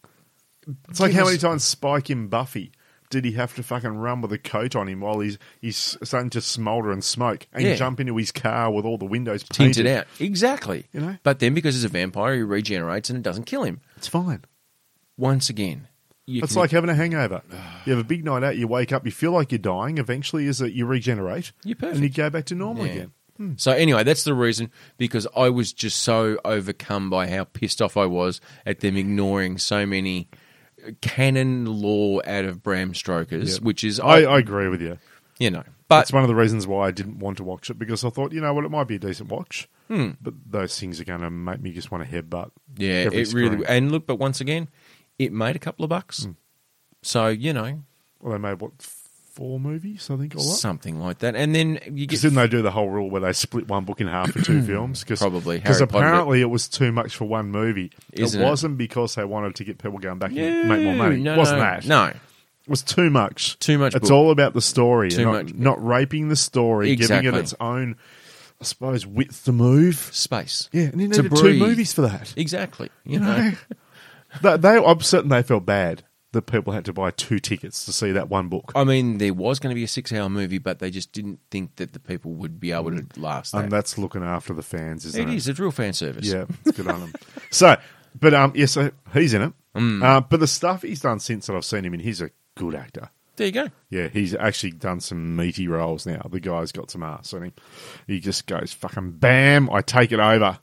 It's like
Give
how
us-
many times Spike in Buffy did he have to fucking run with a coat on him while he's he's starting to smoulder and smoke and
Yeah.
jump into his car with all the windows painted,
tinted out. Exactly.
You know?
But then because he's a vampire, he regenerates and it doesn't kill him.
It's fine.
Once again, you
It's
can-
like having a hangover. You have a big night out, you wake up, you feel like you're dying. Eventually, is that you regenerate
You're
and you
perfect.
go back to normal
Yeah.
again. Hmm.
So anyway, that's the reason because I was just so overcome by how pissed off I was at them ignoring so many canon law out of Bram Stoker's,
Yep.
which is
I, I agree with you.
you know, but
That's one of the reasons why I didn't want to watch it because I thought, you know what, it might be a decent watch, but those things are going to make me just want to headbutt.
Hmm. Yeah,
every
it
screen. Hmm.
really and look, but once again, it made a couple of bucks. So you know
Well, they made what four movies, I think, or what?
something like that, and then you get
Because didn't they do the whole rule where they split one book in half for two films? Cause,
Probably.
Because
Harry Potter did.
apparently it was too much for one movie.
Isn't
it
it?
wasn't because they wanted to get people going back
no,
and make more money.
No,
wasn't
no,
that.
No,
It was too much.
Too much
It's
book.
all about the story.
Too
not,
much-
Not raping the story, giving
Exactly.
it its own, I suppose, width to move.
space.
Yeah, and you
To
needed
breathe.
two movies for that.
exactly. You know,
they, they, I'm certain they felt bad that people had to buy two tickets to see that one book.
I mean, there was going to be a six-hour movie, but they just didn't think that the people would be able to last that.
Mm. And that's looking after the fans, isn't it?
it is. It's real fan service.
Yeah, it's good on him. So, but um, yes, so he's in it.
Hmm.
Uh, but the stuff he's done since that I've seen him in, he's a good actor.
There you go.
Yeah, he's actually done some meaty roles now. The guy's got some ass on him. He just goes fucking bam, I take it over.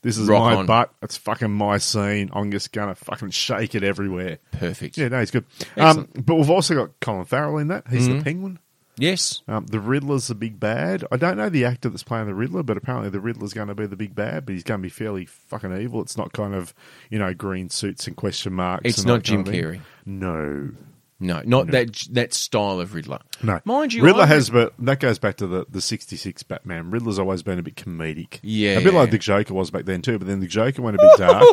This is
Rock
my
on.
butt. It's fucking my scene. I'm just gonna fucking shake it everywhere.
Perfect.
Yeah, no, he's good. Um,
Excellent. Hmm.
but we've also got Colin Farrell in that. He's the penguin.
Yes.
Um, the Riddler's the big bad. I don't know the actor that's playing the Riddler, but apparently the Riddler's going to be the big bad, but he's going to be fairly fucking evil. It's not kind of, you know, green suits and question marks.
It's
and
not
that kind
Jim
of
Carrey.
thing. No.
No, not that that style of Riddler.
No.
mind you,
Riddler
I-
has, but that goes back to the, the 66 Batman. Riddler's always been a bit comedic.
Yeah.
A bit like the Joker was back then, too, but then the Joker went a bit dark.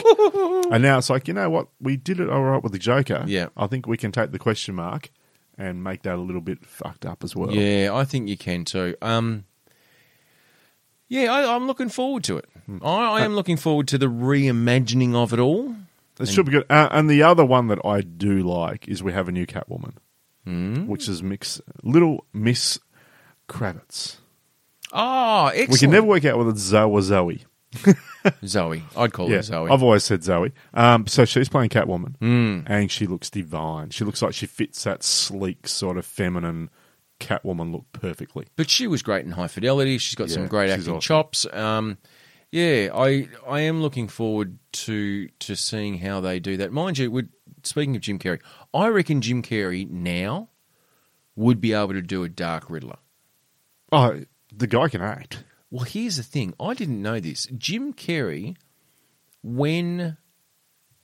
and now it's like, you know what? We did it all right with the Joker.
Yeah.
I think we can take the question mark and make that a little bit fucked up as well.
Yeah, I think you can too. Um, yeah, I, I'm looking forward to it.
Hmm.
I, I
Uh,
am looking forward to the reimagining of it all.
It should be good. Uh, and the other one that I do like is we have a new Catwoman,
Mm.
which is mix Little Miss Kravitz.
Ah, excellent.
We can never work out whether it's Zoe or Zoe.
Zoe. I'd call
yeah,
her Zoe.
I've always said Zoe. Um, so she's playing Catwoman,
Mm.
and she looks divine. She looks like she fits that sleek, sort of feminine Catwoman look perfectly.
But she was great in High Fidelity. She's got some
Yeah,
great
she's
acting
awesome.
chops. Um, yeah, I I am looking forward to to seeing how they do that. Mind you, would speaking of Jim Carrey, I reckon Jim Carrey now would be able to do a Dark Riddler.
Oh, the guy can act.
Well, here's the thing. I didn't know this. Jim Carrey, when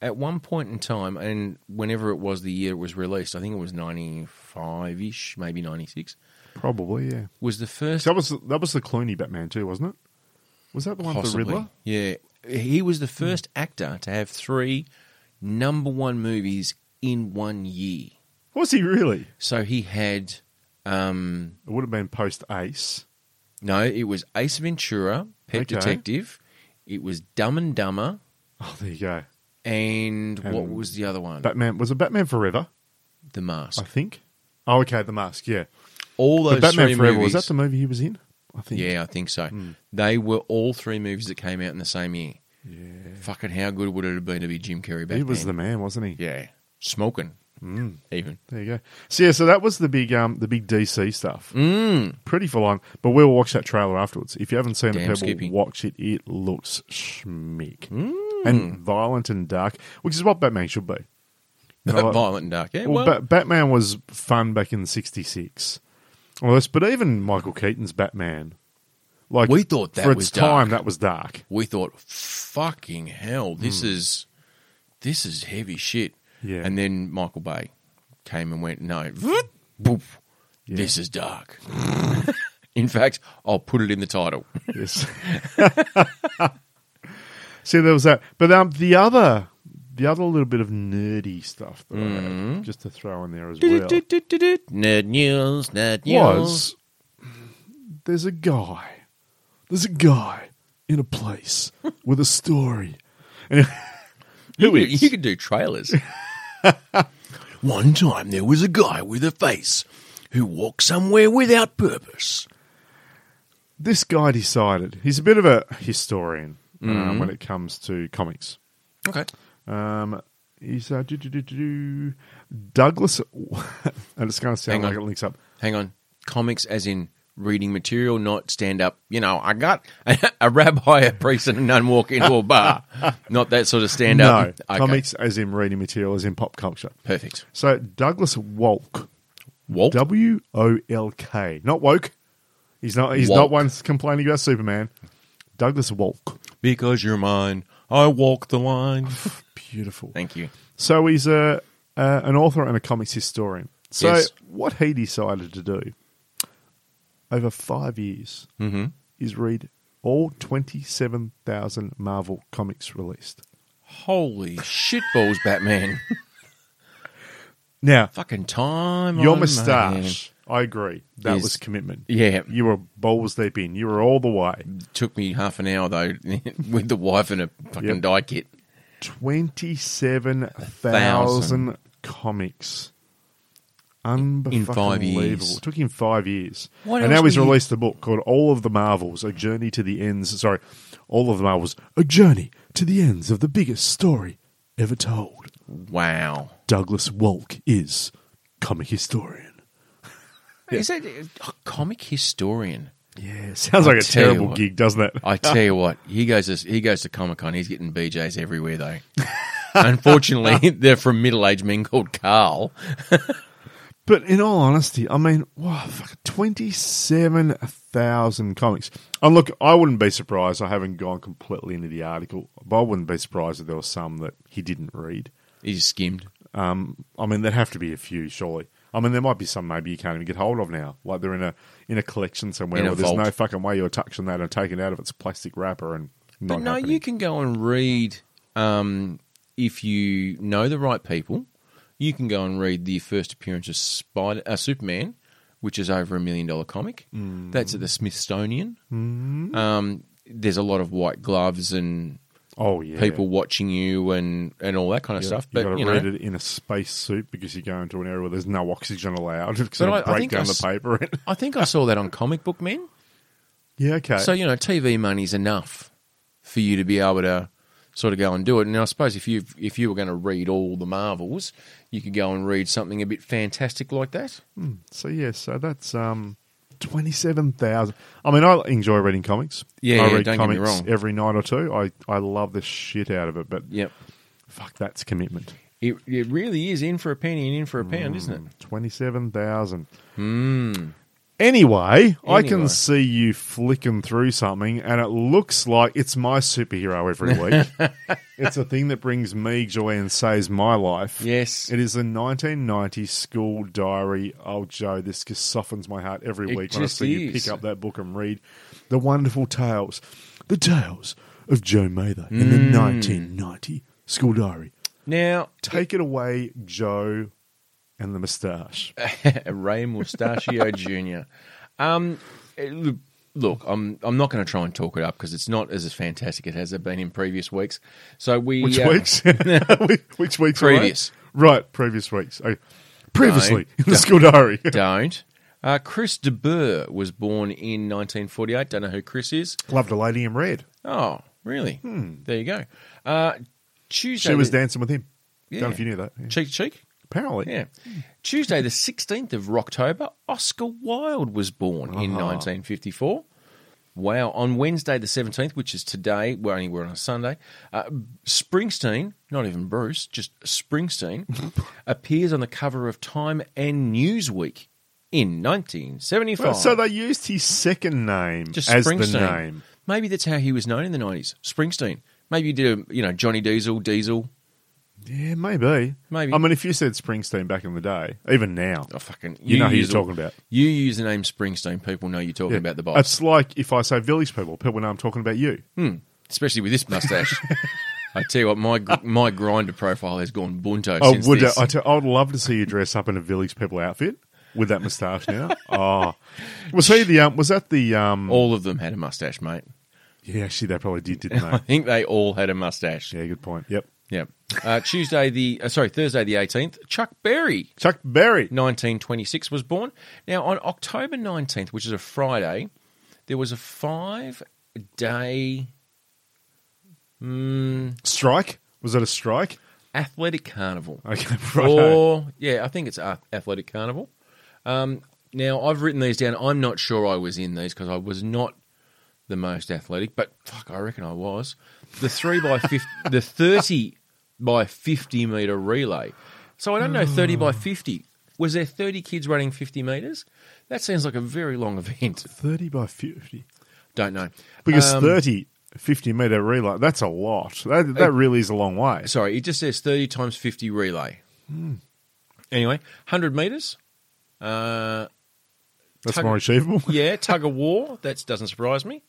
at one point in time, and whenever it was the year it was released, I think it was 95 ish, maybe 96,
Probably, yeah.
was the first.
So that was that was the Clooney Batman too, wasn't it? Was that the one with the
possibly-
Riddler?
Yeah. He was the first actor to have three number one movies in one year.
Was he really?
So he had, um,
It would have been post Ace.
no, it was Ace Ventura, Pet
Okay.
Detective. It was Dumb and Dumber.
Oh, there you go.
And, what
And
was the other one?
Batman was it Batman Forever?
the Mask.
I think. Oh, okay, The Mask. Yeah,
All
But
those
Batman
three
Forever
movies.
was that Hmm. the movie he was in? I think.
yeah, I think so. They were all three movies that came out in the same year.
yeah.
Fucking how good would it have been to be Jim Carrey back
He was the
then?
man, wasn't he?
yeah, smoking
Mm.
even.
There you go. So yeah, so that was the big um the big DC stuff.
Mm.
Pretty full on. But we'll watch that trailer afterwards. If you haven't seen
Damn
it, people
skippy. Mm.
watch it. It looks schmick. And violent and dark, which is what Batman should be. You know, like-
Violent and dark. Yeah,
well,
well,
Ba- Batman was fun back in '66. Well, that's- but even Michael Keaton's Batman, like
We thought that
for its
was dark.
time, that was dark.
we thought, fucking hell, this is this is heavy shit.
Hmm. Yeah.
And then Michael Bay came and went, no, vroom, boop,
Yeah.
this is dark. in fact, I'll put it in the title.
Yes. See, there was that. But um, the other, the other little bit of nerdy stuff that I
Mm-hmm.
had, just to throw in there as well,
Nerd news, nerd news.
was there's a guy, there's a guy in a place with a story. And
You
who
could-
is?
You could do trailers. One time there was a guy with a face who walked somewhere without purpose.
this guy decided he's a bit of a historian
Mm-hmm.
um, when it comes to comics.
Okay.
Um, he's uh, do, do, do, do, do, Douglas, and it's going to sound
Hang
like
on.
it links up.
Hang on. Comics as in reading material, not stand up. You know, I got a rabbi, a priest, and a nun walk into a bar. Not that sort of stand
no,
up. uh, Okay.
comics as in reading material, as in pop culture.
Perfect.
So Douglas Wolk,
Walt.
W O L K, not woke. He's not. He's
Wolk.
not one complaining about Superman. Douglas Wolk,
because you're mine, I walk the line.
beautiful.
Thank you.
So he's a uh, an author and a comics historian. So
Yes.
what he decided to do over five years
hmm
is read all twenty seven thousand Marvel comics released.
Holy shitballs, Batman.
Now
Fucking time.
your
on my hands.
moustache, I agree, that
Is-
was commitment.
Yeah.
You were balls deep in. You were all the way.
took me half an hour though with the wife and a fucking
Yep.
dye kit.
Twenty-seven
Thousand.
thousand comics. Unbelievable.
years.
It took him five years.
What
and
else
now he's
were you-
released a book called All of the Marvels, A Journey to the Ends. Sorry, All of the Marvels, A Journey to the Ends of the Biggest Story Ever Told.
Wow.
Douglas Walk is comic historian.
Is that a comic historian?
Yeah, sounds
I
like a
tell you
terrible
what.
gig, doesn't it?
I tell you what, he goes to, he goes to Comic Con. He's getting BJ's everywhere though. Unfortunately, they're from middle aged men called Carl.
But in all honesty, I mean, wow, twenty-seven thousand comics. And look, I wouldn't be surprised. I haven't gone completely into the article, but I wouldn't be surprised if there were some that he didn't read.
He just skimmed.
Um, I mean, there'd have to be a few, surely. I mean, there might be some maybe you can't even get hold of now. Like they're in a in a collection somewhere
In a
where there's no
vault.
fucking way you're touching that and taking it out of its plastic wrapper and not
But no,
happening.
you can go and read um, if you know the right people. You can go and read the first appearance of Spider uh, Superman, which is over a million dollar comic. That's at the Smithsonian. Um, there's a lot of white gloves and
oh yeah,
people watching you and, and all that kind of
Yeah.
stuff.
you
But
got to
you know,
read it in a space suit because you go into an area where there's no oxygen allowed. It's
But
going
I- I
to break
think I
down the
s-
paper. And,
I think I saw that on Comic Book Men.
yeah, okay.
So you know, TV money's enough for you to be able to sort of go and do it. And I suppose if you if you were going to read all the Marvels, you could go and read something a bit fantastic like that.
So yeah, so that's um twenty-seven thousand. I mean, I enjoy reading comics.
Yeah,
I
yeah,
read
don't get me
comics
wrong.
every night or two. I I love the shit out of it, but
Yep.
fuck, that's commitment.
It, it really is in for a penny and in for a pound, isn't it?
Twenty-seven thousand.
Mm.
Anyway, I
Anyway.
can see you flicking through something, and it looks like it's my superhero every week. it's a thing that brings me joy and saves my life.
Yes.
It is a 1990 school diary. Oh, Joe, this just softens my heart every
It
week when I
just
see you
is.
pick up that book and read the wonderful
Mm.
tales, the tales of Joe Mather in the 1990 school diary.
Now,
Take it away, Joe and the moustache.
Uh, Ray Mustachio Jr. Um, eh, look- look, I'm I'm not going to try and talk it up because it's not as fantastic as it has been in previous weeks. So we
Which
uh,
weeks? Which weeks?
Previous.
Right, right previous weeks. Oh, previously in the
don't.
school diary.
don't. Uh, Chris de Burgh was born in 1948. Don't know who Chris is.
Loved a lady in red.
Oh, really? There you go. Uh, Tuesday.
Hmm. She was
the-
dancing with him. Don't
Yeah.
know if you knew that. Yeah.
Cheek to cheek.
Apparently,
Yeah. Tuesday, the 16th of October, Oscar Wilde was born
Uh-huh.
in 1954. Wow. On Wednesday, the 17th, which is today, we're only we're on a Sunday, uh, Springsteen, not even Bruce, just Springsteen, appears on the cover of Time and Newsweek in 1975.
Well, so they used his second name
Just
as the
Springsteen.
name.
Maybe that's how he was known in the 90s, Springsteen. Maybe you did, a, you know, Johnny Diesel, Diesel.
Yeah, maybe.
Maybe.
I mean, if you said Springsteen back in the day, even now,
Oh, fucking,
you, know who you're
use all-
talking about.
You use the name Springsteen, people know you're talking
Yeah.
about the boss.
It's like if I say village people, people know I'm talking about you.
Hmm. Especially with this mustache. I tell you what, my gr- my grinder profile has gone bunto
I
since
would.
this.
Oh, I, tell- I would love to see you dress up in a village people outfit with that moustache now. oh, was he the? Um, was that the? Um,
all of them had a mustache, mate.
yeah, actually, they probably did, didn't
I
they?
think they all had a mustache.
yeah, good point. Yep.
Yeah. Uh, Tuesday the uh, sorry Thursday the eighteenth. Chuck Berry,
Chuck Berry.
nineteen twenty six, was born. Now on October nineteenth, which is a Friday, there was a five day mm,
Strike. Was that a strike?
athletic carnival.
Okay, Oh, right.
Or yeah, I think it's Ath- Athletic Carnival. Um, now I've written these down. I'm not sure I was in these because I was not the most athletic, but fuck, I reckon I was. The three by fifty, the thirty by fifty meter relay. So I don't know thirty by fifty. Was there thirty kids running fifty meters? That sounds like a very long event.
Thirty by fifty.
Don't know
Because
Um,
30, 50 meter relay, that's a lot. That, that really is a long way.
Sorry, it just says 30 times 50 relay.
Hmm.
Anyway, 100 metres. Uh,
That's
tug-
more achievable.
yeah, tug of war. That doesn't surprise me.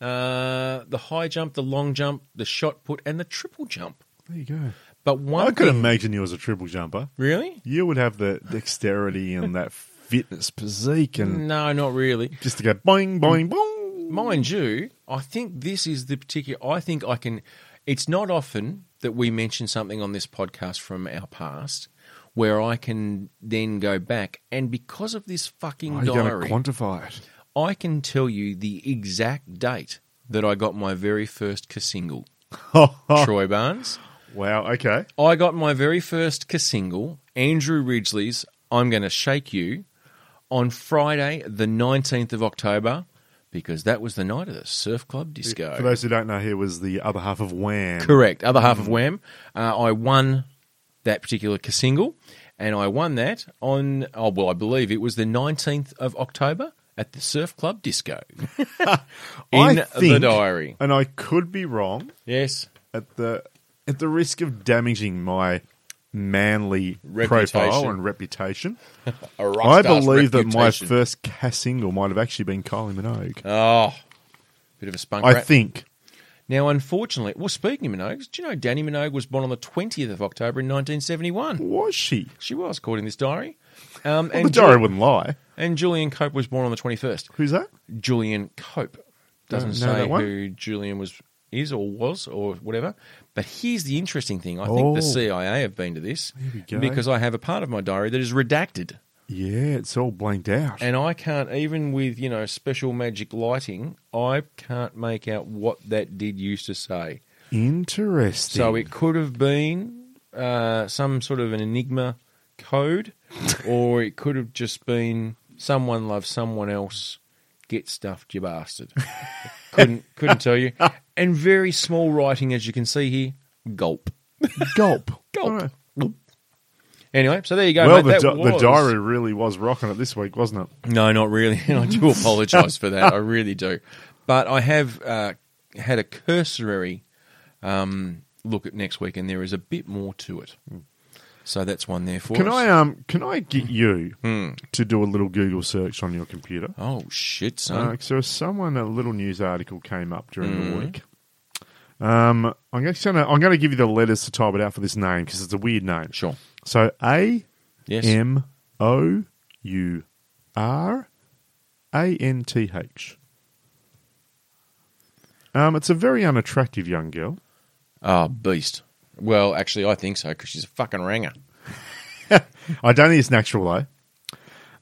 Uh, the high jump, the long jump, the shot put, and the triple jump.
There you go.
But one
I could
thing-
imagine you as a triple jumper.
really?
You would have the dexterity and that fitness physique and
No, not really.
just to go boing, boing, boing.
Mind you, I think this is the particular. I think I can. It's not often that we mention something on this podcast from our past where I can then go back and because of this fucking
Are you going to
diary,
quantify it?
I can tell you the exact date that I got my very first single.
Oh.
Troy Barnes.
wow, okay.
I got my very first single, Andrew Ridgely's I'm Gonna Shake You, on Friday, the 19th of October, because that was the night of the Surf Club Disco.
For those who don't know, here was the other half of Wham.
Correct. Other half of Wham. Uh, I won that particular single, and I won that on, oh, well, I believe it was the 19th of October at the Surf Club Disco. In
I think,
the diary.
And I could be wrong
Yes.
at the at the risk of damaging my manly
Reputation.
profile and reputation.
A
I
rockstar's
believe that my
reputation.
first cast single might have actually been Kylie Minogue.
Oh, bit of a spunk
I
rat.
think.
Now, unfortunately, well, speaking of Minogue, do you know Danny Minogue was born on the 20th of October in 1971?
Was she?
She was, according to this diary. Um,
Well,
and,
the diary
Jul-
wouldn't lie.
and Julian Cope was born on the 21st.
Who's that?
Julian Cope. Doesn't
Don't know
say
that one.
who Julian was is or was or whatever. But here's the interesting thing. I think
Oh.
the CIA have been to this
Here we go.
because I have a part of my diary that is redacted.
Yeah, it's all blanked out.
And I can't, even with, you know, special magic lighting, I can't make out what that did used to say.
Interesting.
So it could have been uh, some sort of an enigma code, or it could have just been someone loves someone else. Get stuffed, you bastard. couldn't couldn't tell you. And very small writing, as you can see here. Gulp.
gulp.
Gulp.
All right.
Anyway, so there you go. mate.
well, the,
That
di- the
was-
diary really was rocking it this week, wasn't it?
No, not really. And I do apologise for that. I really do. But I have uh, had a cursory um, look at next week, and there is a bit more to it. So that's one there for
Hmm. Can
us.
I um? Can I get you
Hmm.
to do a little Google search on your computer?
Oh shit, son!
Uh, so someone, a little news article came up during the
Mhm.
week Um, I'm going to I'm going to give you the letters to type it out for this name because it's a weird name.
Sure.
So A
Yes.
M O U R A N T H. Um, it's a very unattractive young girl.
Ah, beast. Well, actually, I think so because she's a fucking ranger.
I don't think it's natural though.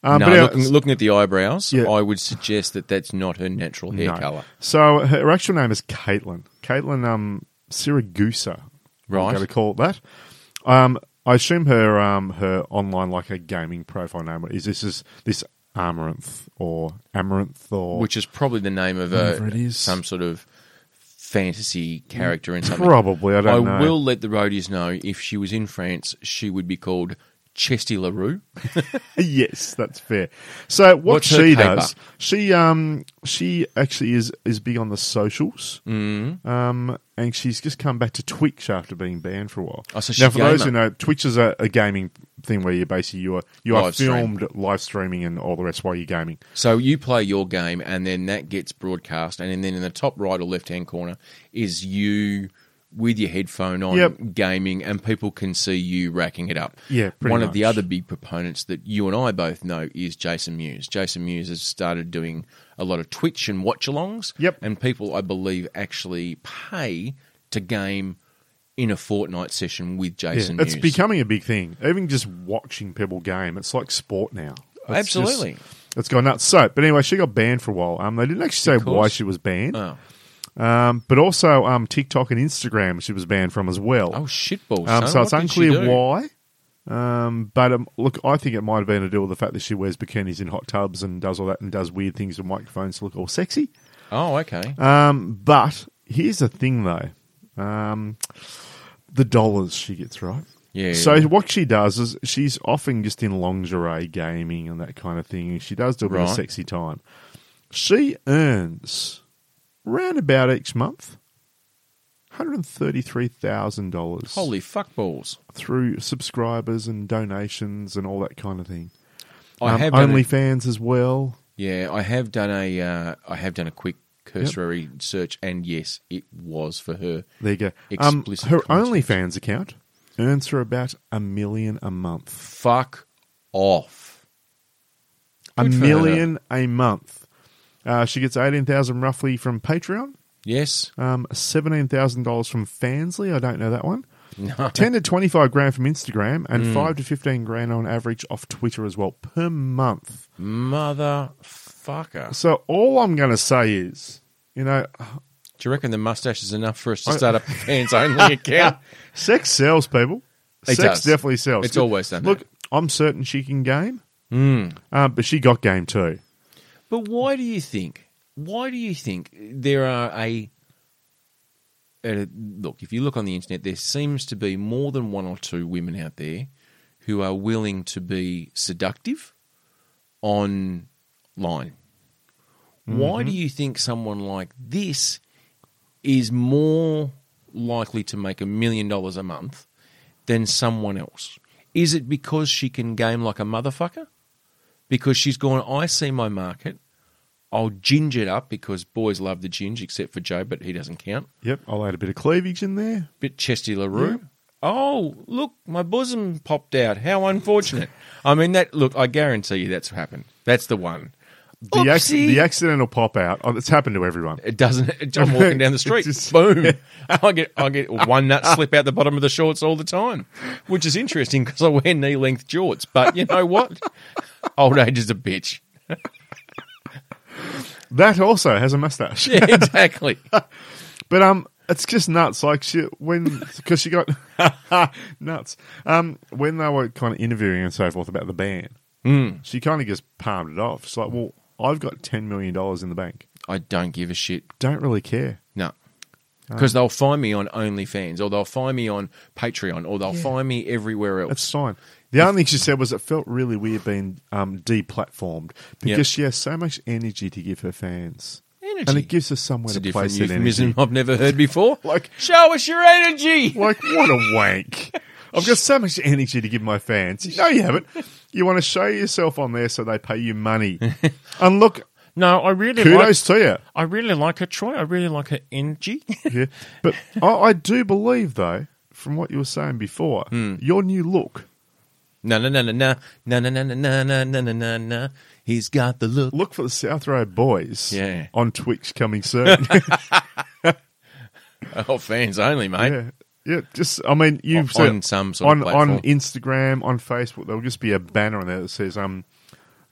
Um,
no,
but uh,
looking, looking at the eyebrows,
Yeah.
I would suggest that that's not her natural hair
no.
color.
So her actual name is Caitlin. Caitlin um, Siragusa.
Right.
I'm going to call it that. Um, I assume her um, her online like her gaming profile name is this is this Amaranth or Amaranth or
which is probably the name of
Whatever
a
it is.
some sort of fantasy character in something.
probably I don't know.
will let the roadies know if she was in France, she would be called Chesty Larue.
yes, that's fair. So what
What's her
she
paper?
does, she um she actually is is big on the socials,
Mm.
um, and she's just come back to Twitch after being banned for a while.
Oh, so she's
now, for
gamer.
those who know, Twitch is a, a gaming thing where you basically you are you are
Live stream.
filmed live streaming and all the rest while you're gaming.
So you play your game, and then that gets broadcast, and then in the top right or left hand corner is you with your headphone on
Yep.
gaming, and people can see you racking it up.
Yeah, pretty
one of the
much.
other big proponents that you and I both know is Jason Mewes. Jason Mewes has started doing a lot of Twitch and watch alongs.
Yep.
and people I believe actually pay to game in a fortnight session with Jason.
it's
Mewes.
becoming a big thing. Even just watching people game, it's like sport now. It's just-
Absolutely.
it's gone nuts. So, but anyway, she got banned for a while. Um, they didn't actually say
Because-
why she was banned.
oh,
Um, but also um, TikTok and Instagram she was banned from as well.
oh shitballs!
um,
son.
so it's
What did she
unclear
do?
why. Um, but um, look, I think it might have been to do with the fact that she wears bikinis in hot tubs and does all that and does weird things with microphones to look all sexy.
Oh, okay.
Um, but here's the thing, though. Um, the dollars she gets, right?
Yeah.
So what she does is she's often just in lingerie gaming and that kind of thing. and She does do a bit of
Right.
sexy time. She earns round about each month hundred and thirty three thousand dollars
Holy fuck balls!
through subscribers and donations and all that kind of thing.
I
Um,
have done a-
OnlyFans as well.
Yeah, I have done a uh, I have done a quick cursory search, and yes, it was for her.
There you go. Um,
Explicit
her
content.
OnlyFans account earns her about a million a month.
Fuck off.
a
Good for her.
million a month. Uh, she gets eighteen thousand roughly from Patreon,
Yes.
um, seventeen thousand dollars from Fansly. I don't know that one.
No.
Ten to twenty five grand from Instagram, and
Hmm.
five to fifteen grand on average off Twitter as well per month.
Motherfucker.
So all I'm going to say is, you know,
Do you reckon the mustache is enough for us to start up a fans only account?
sex sells, people.
It
sex
does.
definitely sells.
It's always done
Look,
that.
I'm certain she can game,
Mm.
uh, but she got game too.
But why do you think? Why do you think there are a, uh look? If you look on the internet, there seems to be more than one or two women out there who are willing to be seductive online. Why do you think someone like this is more likely to make a million dollars a month than someone else? Is it because she can game like a motherfucker? Because she's gone, I see my market. I'll ginge it up because boys love the ginge, except for Joe, but he doesn't count.
Yep, I'll add a bit of cleavage in there.
Bit chesty LaRue. Oh, look, my bosom popped out. How unfortunate. I mean, that look, I guarantee you that's happened. That's the one.
The, ac-
Oopsie.
the accidental pop out. Oh, it's happened to everyone.
It doesn't. I'm walking down the street.
Just-
boom! I get I get one nut slip out the bottom of the shorts all the time, which is interesting because I wear knee length jorts. But you know what? Old age is a bitch.
That also has a mustache.
Yeah, exactly.
But um, it's just nuts. Like she when because she got nuts. Um, when they were kind of interviewing and so forth about the ban,
Mm.
she kind of just palmed it off. She's like, "Well, I've got ten million dollars in the bank.
I don't give a shit.
Don't really care."
No. Because they'll find me on OnlyFans, or they'll find me on Patreon, or they'll find me everywhere else.
That's fine. The only thing she said was it felt really weird being um, deplatformed because
Yep.
she has so much energy to give her fans,
Energy.
and it gives her somewhere
it's a
to
different
place that
euphemism
energy.
I've never heard before.
Like-
show us your energy.
Like, what a wank. I've got so much energy to give my fans. No, you haven't. You want to show yourself on there so they pay you money. And look,
No, I really like.
Kudos to you.
I really like her, Troy. I really like her energy.
Yeah. But I, I do believe, though, from what you were saying before,
Hmm.
your new look.
no, no, no, no, no, no, no, no, no, no, no, no, no, no, no. He's got the look.
Look for the South Road Boys
Yeah.
on Twitch coming soon.
Oh, fans only, mate.
yeah. Yeah, just I mean you've
On-
said-
on some sort of
on, on
platform.
Instagram, on Facebook, there'll just be a banner on there that says um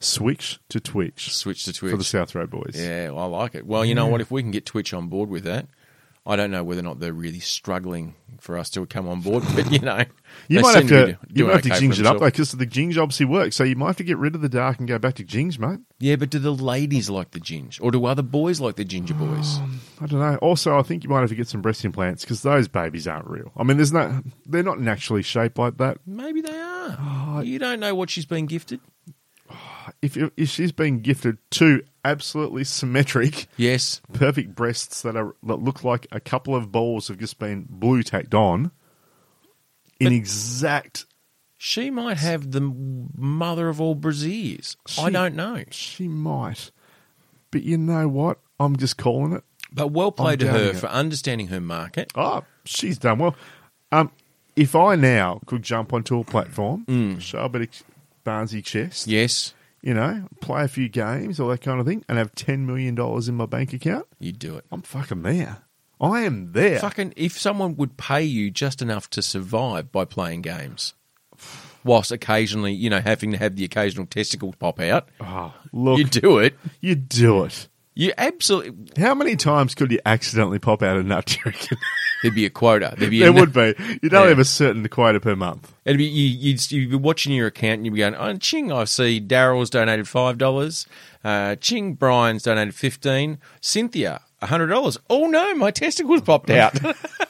switch to Twitch
Switch to Twitch.
for the South Road Boys.
Yeah, well, I like it. Well, you know what? If we can get Twitch on board with that, I don't know whether or not they're really struggling for us to come on board, but you know,
You
they
might
seem
have
be
to
do-
you
doing
might have to
okay for
jinx it up though,
themselves.
because the jinx obviously works. So you might have to get rid of the dark and go back to jinx, mate.
Yeah, but do the ladies like the ginger, or do other boys like the ginger boys?
I don't know. Also, I think you might have to get some breast implants because those babies aren't real. I mean, there's no, they're not naturally shaped like that.
Maybe they are. You don't know what she's been gifted.
If you- if she's been gifted two absolutely symmetric,
Yes,
perfect breasts that are that look like a couple of balls have just been blue tacked on, in
But-
exact,
she might have the mother of all Brasiers. I
She-
don't know.
she might. But you know what? I'm just calling it.
But well played to
doubting
her
it.
for understanding her market.
Oh, she's done well. Um, if I now could jump onto a platform, show a bit of Barnsley chest,
Yes,
you know, play a few games, all that kind of thing, and have ten million dollars in my bank account,
you do it.
I'm fucking there. I am there.
Fucking, if someone would pay you just enough to survive by playing games, whilst occasionally, you know, having to have the occasional testicle pop out,
Oh, look,
you
you,
do it.
do it.
You absolutely.
How many times could you accidentally pop out a nut? do you reckon?
There'd be a quota. There'd be.
there
a,
would be. You'd only
Yeah.
have a certain quota per month.
It'd be you, you'd, you'd be watching your account and you'd be going, "Oh, ching! I see Daryl's donated five dollars. Uh, ching! Brian's donated fifteen. Cynthia." hundred dollars. Oh no, my testicles popped out.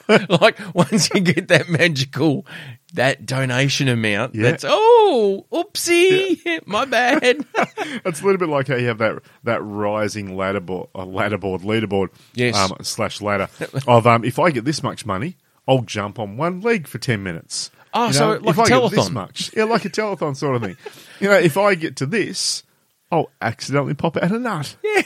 like once you get that magical, that donation amount,
Yeah.
that's oh, oopsie, my bad.
It's a little bit like how you have that that rising ladder board, uh, ladder board, leaderboard,
Yes.
um, slash ladder of um. If I get this much money, I'll jump on one leg for ten minutes.
Oh, so like
if
a
I get this
telethon.
much, yeah, like a telethon sort of thing. You know, if I get to this, I'll accidentally pop out a nut. Yeah.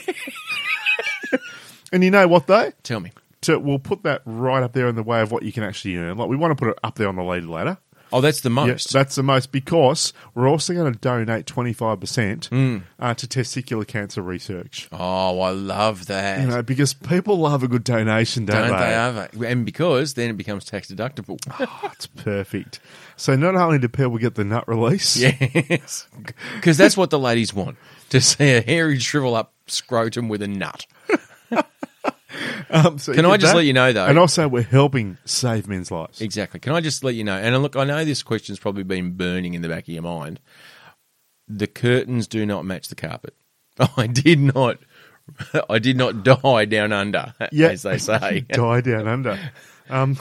and you know what though?
Tell me.
To, we'll put that right up there in the way of what you can actually earn. Like we want to put it up there on the lady ladder.
Oh, that's the
Yes,
most.
that's the most because we're also going to donate 25%
Hmm.
uh, to testicular cancer research.
oh, I love that.
You know, because people love a good donation, don't,
Don't
they?
they uh? ever? And because then it becomes tax deductible.
Oh, it's perfect. So not only do people get the nut release,
Yes, because that's what the ladies want to see a hairy shrivel up scrotum with a nut.
um, so
Can
you
I
get
just
that,
let you know, though?
And also, we're helping save men's lives.
Exactly. Can I just let you know? And look, I know this question's probably been burning in the back of your mind. The curtains do not match the carpet. I did not. I did not die down under,
Yeah.
as they say.
Die down under. Um,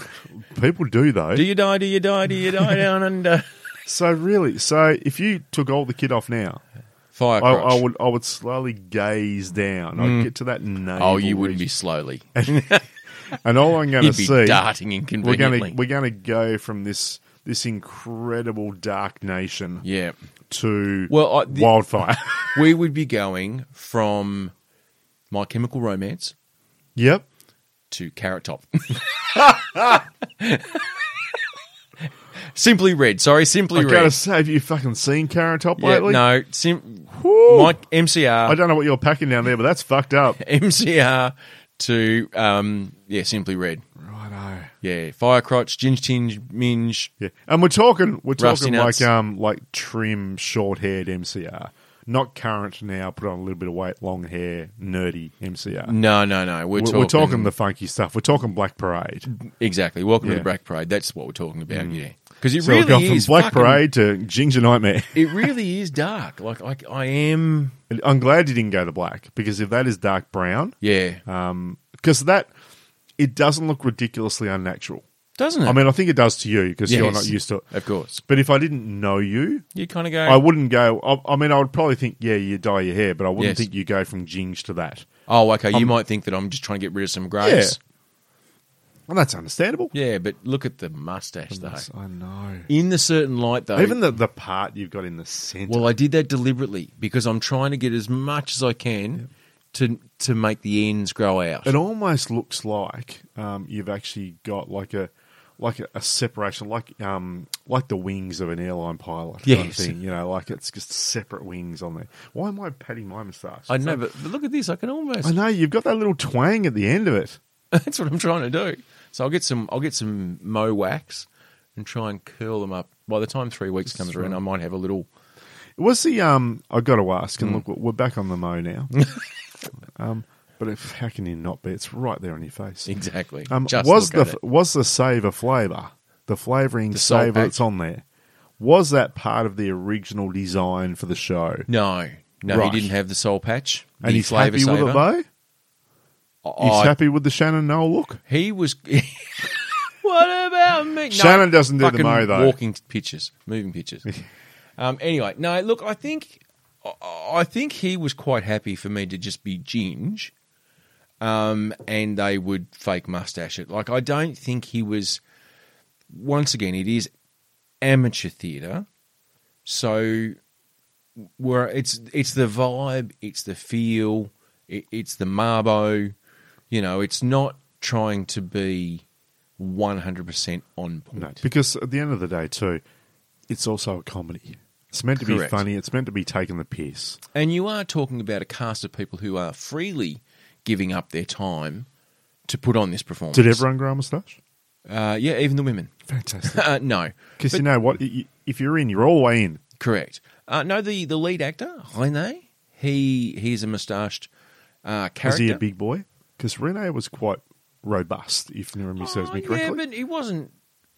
people do though.
do you die? Do you die? Do you die down under?
so really, so if you took all the kid off now,
Fire
I,
crotch.
I would I would slowly gaze down. I'd get to that navel.
oh, you wouldn't
region.
be slowly.
And all I'm going to
You'd be
see,
darting
we're
inconveniently.
going to we're going to go from this this incredible dark nation
yeah.
to
Well, I, the,
wildfire.
we would be going from My Chemical Romance
yep.
to Carrot Top. Simply Red. Sorry, Simply
I
Red.
gotta say, have you fucking seen Carrot Top
Yeah,
lately?
no, sim-
Whew.
Mike MCR.
I don't know what you're packing down there, but that's fucked up.
MCR to um, yeah, Simply Red.
Righto.
Yeah, Firecrotch, Ginge Tinge, Minge.
Yeah, and we're talking we're
Rusty
talking
nuts.
like um like trim, short haired MCR, not current now. Put on a little bit of weight, long hair, nerdy MCR.
No, no, no. We're,
we're,
talking,
we're talking the funky stuff. We're talking Black Parade.
exactly. Welcome to
Yeah. Mm.
the Black Parade. That's what we're talking about. Yeah, because it
So
really
we've gone from
is
Black
fucking-
Parade to Ginger Nightmare.
It really is dark. Like, like I am.
And I'm glad you didn't go to black because if that is dark brown,
Yeah,
Uh, because that it doesn't look ridiculously unnatural.
doesn't it?
I mean, I think it does to you because you're
Yes.
not used to it.
Of course.
But if I didn't know you,
You kind of go.
I wouldn't go. I, I mean, I would probably think, yeah, you dye your hair, but I wouldn't
Yes.
think you go from ginge to that.
oh, okay. You might think that I'm just trying to get rid of some grays.
Well, that's understandable.
Yeah, but look at the mustache though.
That's- I know.
In the certain light though.
Even the, the part you've got in the center.
well, I did that deliberately because I'm trying to get as much as I can to to make the ends grow out.
It almost looks like um, you've actually got like a like a, a separation, like um, like the wings of an airline pilot. kind of
Yes.
thing, you know, like it's just separate wings on there. Why am I patting my moustache?
I know, but, but look at this. I can almost.
I know you've got that little twang at the end of it.
That's what I'm trying to do. So I'll get some. I'll get some mo wax and try and curl them up. By the time three weeks comes around, I might have a little.
What's the um? I got to ask, and
Mm.
look, we're back on the mo now. um, but if, how can you not be? It's right there on your face.
Exactly.
Um,
just
was
look
the
at it.
was the savor flavor the flavoring
salt
savor
pack.
that's on there? Was that part of the original design for the show?
no, no,
Right.
he didn't have the soul patch.
And
the
he's
flavour
happy with
saver.
it though. He's
I-
happy with the Shannon Noel look.
Oh, He was. what about me? No,
Shannon doesn't do the
fucking
mo, though.
Walking pictures, moving pictures. um, anyway, no. Look, I think I- I think he was quite happy for me to just be Ginge, um, and they would fake mustache it. Like I don't think he was. Once again, it is amateur theatre, so where it's it's the vibe, it's the feel, it, it's the marbo. You know, it's not trying to be one hundred percent on point.
No, because at the end of the day, too, it's also a comedy. It's meant to
Correct.
be funny. It's meant to be taking the piss.
And you are talking about a cast of people who are freely giving up their time to put on this performance.
Did everyone grow a moustache?
Uh, yeah, even the women.
Fantastic.
Uh, no,
Because you know what, Y- y- if you're in, you're all the way in.
correct. Uh, no, the, the lead actor Rene, he he's a moustached uh,
Is
character.
he a big boy? Because Rene was quite robust, if memory serves me
Oh,
correctly.
Yeah, but he wasn't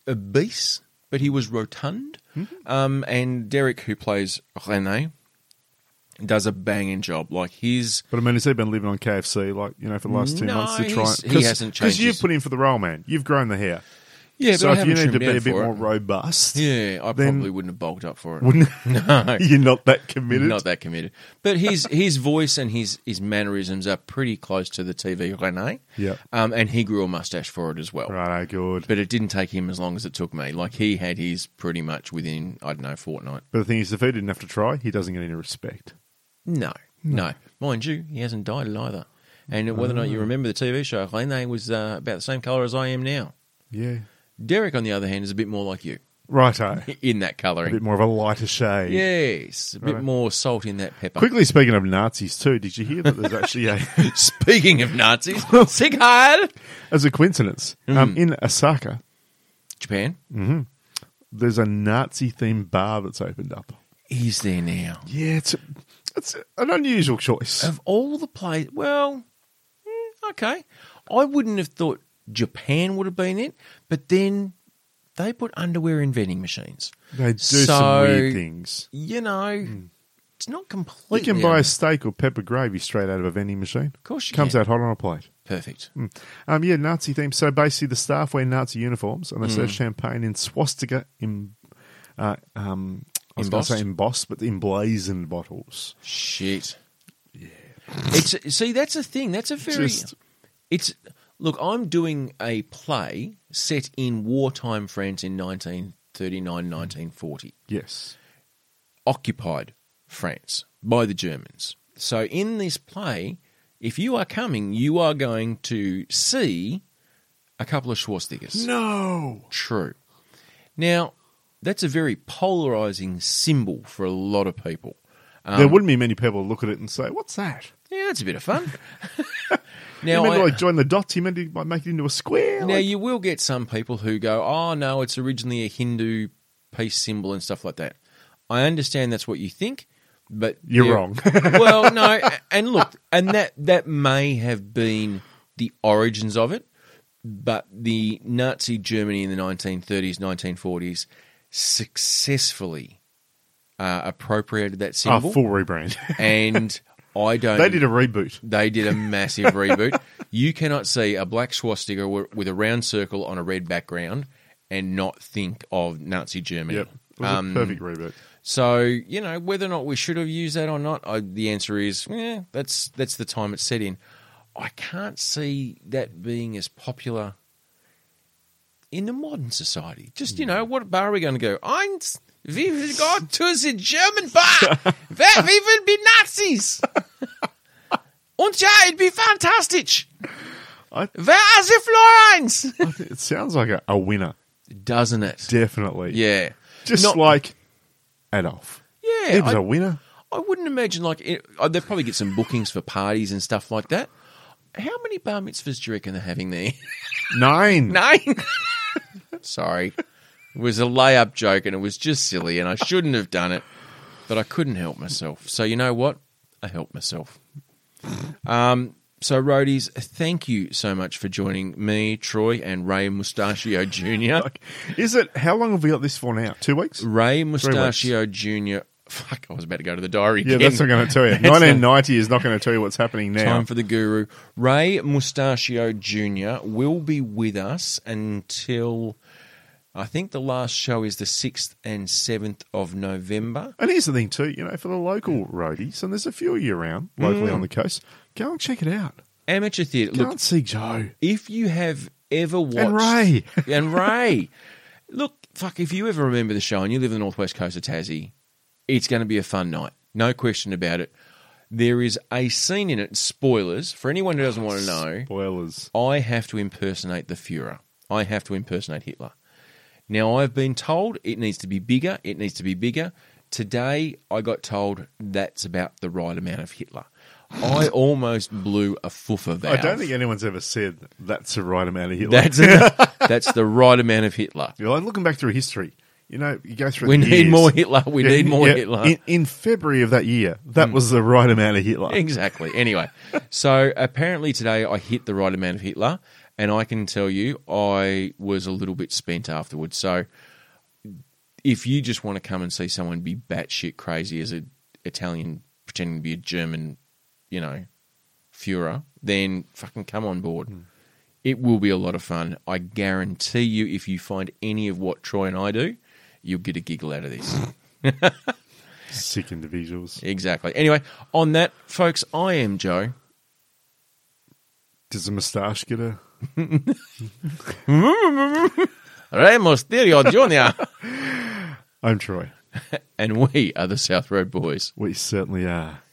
obese, but he was rotund. Um, and Derek, who plays Rene, does a banging job. Like his
But I mean, has he been living on KFC like you know for the last two
No,
months to try?
he's- he hasn't
because
changed
you've
his-
put in for the role, man. You've grown the hair,
yeah, but
so
I
if
haven't
you need to
trimmed
be
down
a bit
for
more
it.
robust,
yeah, I
then-
probably wouldn't have bulked up for it.
wouldn't
No.
you're not that committed.
Not that committed. But his his voice and his his mannerisms are pretty close to the TV Rene.
Yep.
Um, and he grew a mustache for it as well.
Righto, good.
But it didn't take him as long as it took me. Like he had his pretty much within I don't know fortnight.
But the thing is, if he didn't have to try, he doesn't get any respect.
No, no, mind you, he hasn't dyed it either. And whether or not you remember the TV show, Rene was uh, about the same colour as I am now.
Yeah,
Derek, on the other hand, is a bit more like you
righto.
in that
A
colouring.
bit more of a lighter shade.
Yes, a bit
Righto.
more salt in that pepper.
Quickly speaking of Nazis too, did you hear that there's actually a
Speaking of Nazis, sick
as a coincidence
Mm.
um, in Osaka
Japan
there's a Nazi themed bar that's opened up.
is there now.
Yeah, it's a, it's an unusual choice.
Of all the places, well, mm, okay. I wouldn't have thought Japan would have been it, but then they put underwear in vending machines.
They do
So-
some weird things.
You know, it's not
Hmm. You
completely.
can buy a
un-
steak or pepper gravy straight out of a vending machine.
Of course you
Comes
can.
out hot on a plate.
Perfect.
Um, yeah, Nazi theme. So basically, the staff wear Nazi uniforms and they
Mm.
serve champagne in swastika in, uh, um, I was going to
Embossed?
say embossed, but emblazoned bottles.
Shit. Yeah. It's see that's a thing. That's a very.
Just-
it's look. I'm doing a play set in wartime France in 1939, 1940.
Yes.
occupied France by the Germans. So in this play, if you are coming, you are going to see a couple of swastikas.
No.
True. Now, that's a very polarizing symbol for a lot of people. Um,
there wouldn't be many people who look at it and say, "What's that?"
yeah, that's a bit of fun.
You
now,
meant
I-
to like join the dots. You meant to like, make it into a square.
Now
like-
you will get some people who go, "Oh no, it's originally a Hindu peace symbol and stuff like that." I understand that's what you think, but
You're
there-
wrong.
well, no, and look, and that that may have been the origins of it, but the Nazi Germany in the 1930s, 1940s successfully uh, appropriated that
Ah,
symbol,
full rebrand.
and I don't.
they did a reboot.
They did a massive reboot. You cannot see a black swastika wi- with a round circle on a red background and not think of Nazi Germany.
Yep. It was
Um,
a perfect reboot.
So you know whether or not we should have used that or not. I, the answer is yeah. That's that's the time it's set in. I can't see that being as popular in the modern society. Just
Hmm.
you know, what bar are we going to go? Eins, we've got to the German bar. Wer will be Nazis? Und ja, it'd be fantastic.
I-
Wer ist Florence?
It sounds like a, a winner,
Doesn't it?
definitely.
Yeah.
Just
Not-
like Adolf.
Yeah.
he was
I-
a winner.
I wouldn't imagine like it, uh, they probably get some bookings for parties and stuff like that. How many bar mitzvahs do you reckon they're having there?
Nine.
Nine. Sorry, it was a layup joke and it was just silly, and I shouldn't have done it, but I couldn't help myself. So you know what? I helped myself. Um. So, roadies, thank you so much for joining me, Troy, and Ray Mustachio Jr.
Is it? How long have we got this for now? Two weeks.
Ray Mustachio Jr. Fuck, I was about to go to the diary
Yeah,
again.
that's not going to tell you.
That's not-
1990 is not going to tell you what's happening now.
Time for the guru. Ray Mustachio Jr. will be with us until I think the last show is the 6th and 7th of November.
And here's the thing too, you know, for the local roadies, and there's a few of you around locally on the coast, go and check it out.
Amateur Theatre.
Go
Mm. Look,
and see Joe
if you have ever watched.
and Ray.
And Ray. Look, fuck, if you ever remember the show and you live in the northwest coast of Tassie, it's going to be a fun night. No question about it. There is a scene in it, spoilers, for anyone who doesn't want to know.
Spoilers.
I have to impersonate the Fuhrer. I have to impersonate Hitler. Now, I've been told it needs to be bigger, it needs to be bigger. Today, I got told that's about the right amount of Hitler. I almost blew a foofer valve.
I don't think anyone's ever said that's the right amount of Hitler.
that's, enough. that's the right amount of Hitler.
You're like looking back through history. You know, you go through.
We
the
need
years.
more Hitler. We
Yeah,
need more Mm.
yeah.
Hitler.
In, in February of that year, that was the right amount of Hitler.
Exactly. Anyway, so apparently today I hit the right amount of Hitler, and I can tell you I was a little bit spent afterwards. So if you just want to come and see someone be batshit crazy as an Italian pretending to be a German, you know, Fuhrer, then fucking come on board. It will be a lot of fun. I guarantee you, if you find any of what Troy and I do, you'll get a giggle out of this.
Sick individuals.
Exactly. Anyway, on that, folks, I am Joe.
Does the moustache get a?
Ray Mysterio Jr.
I'm Troy.
and we are the South Road Boys.
We certainly are.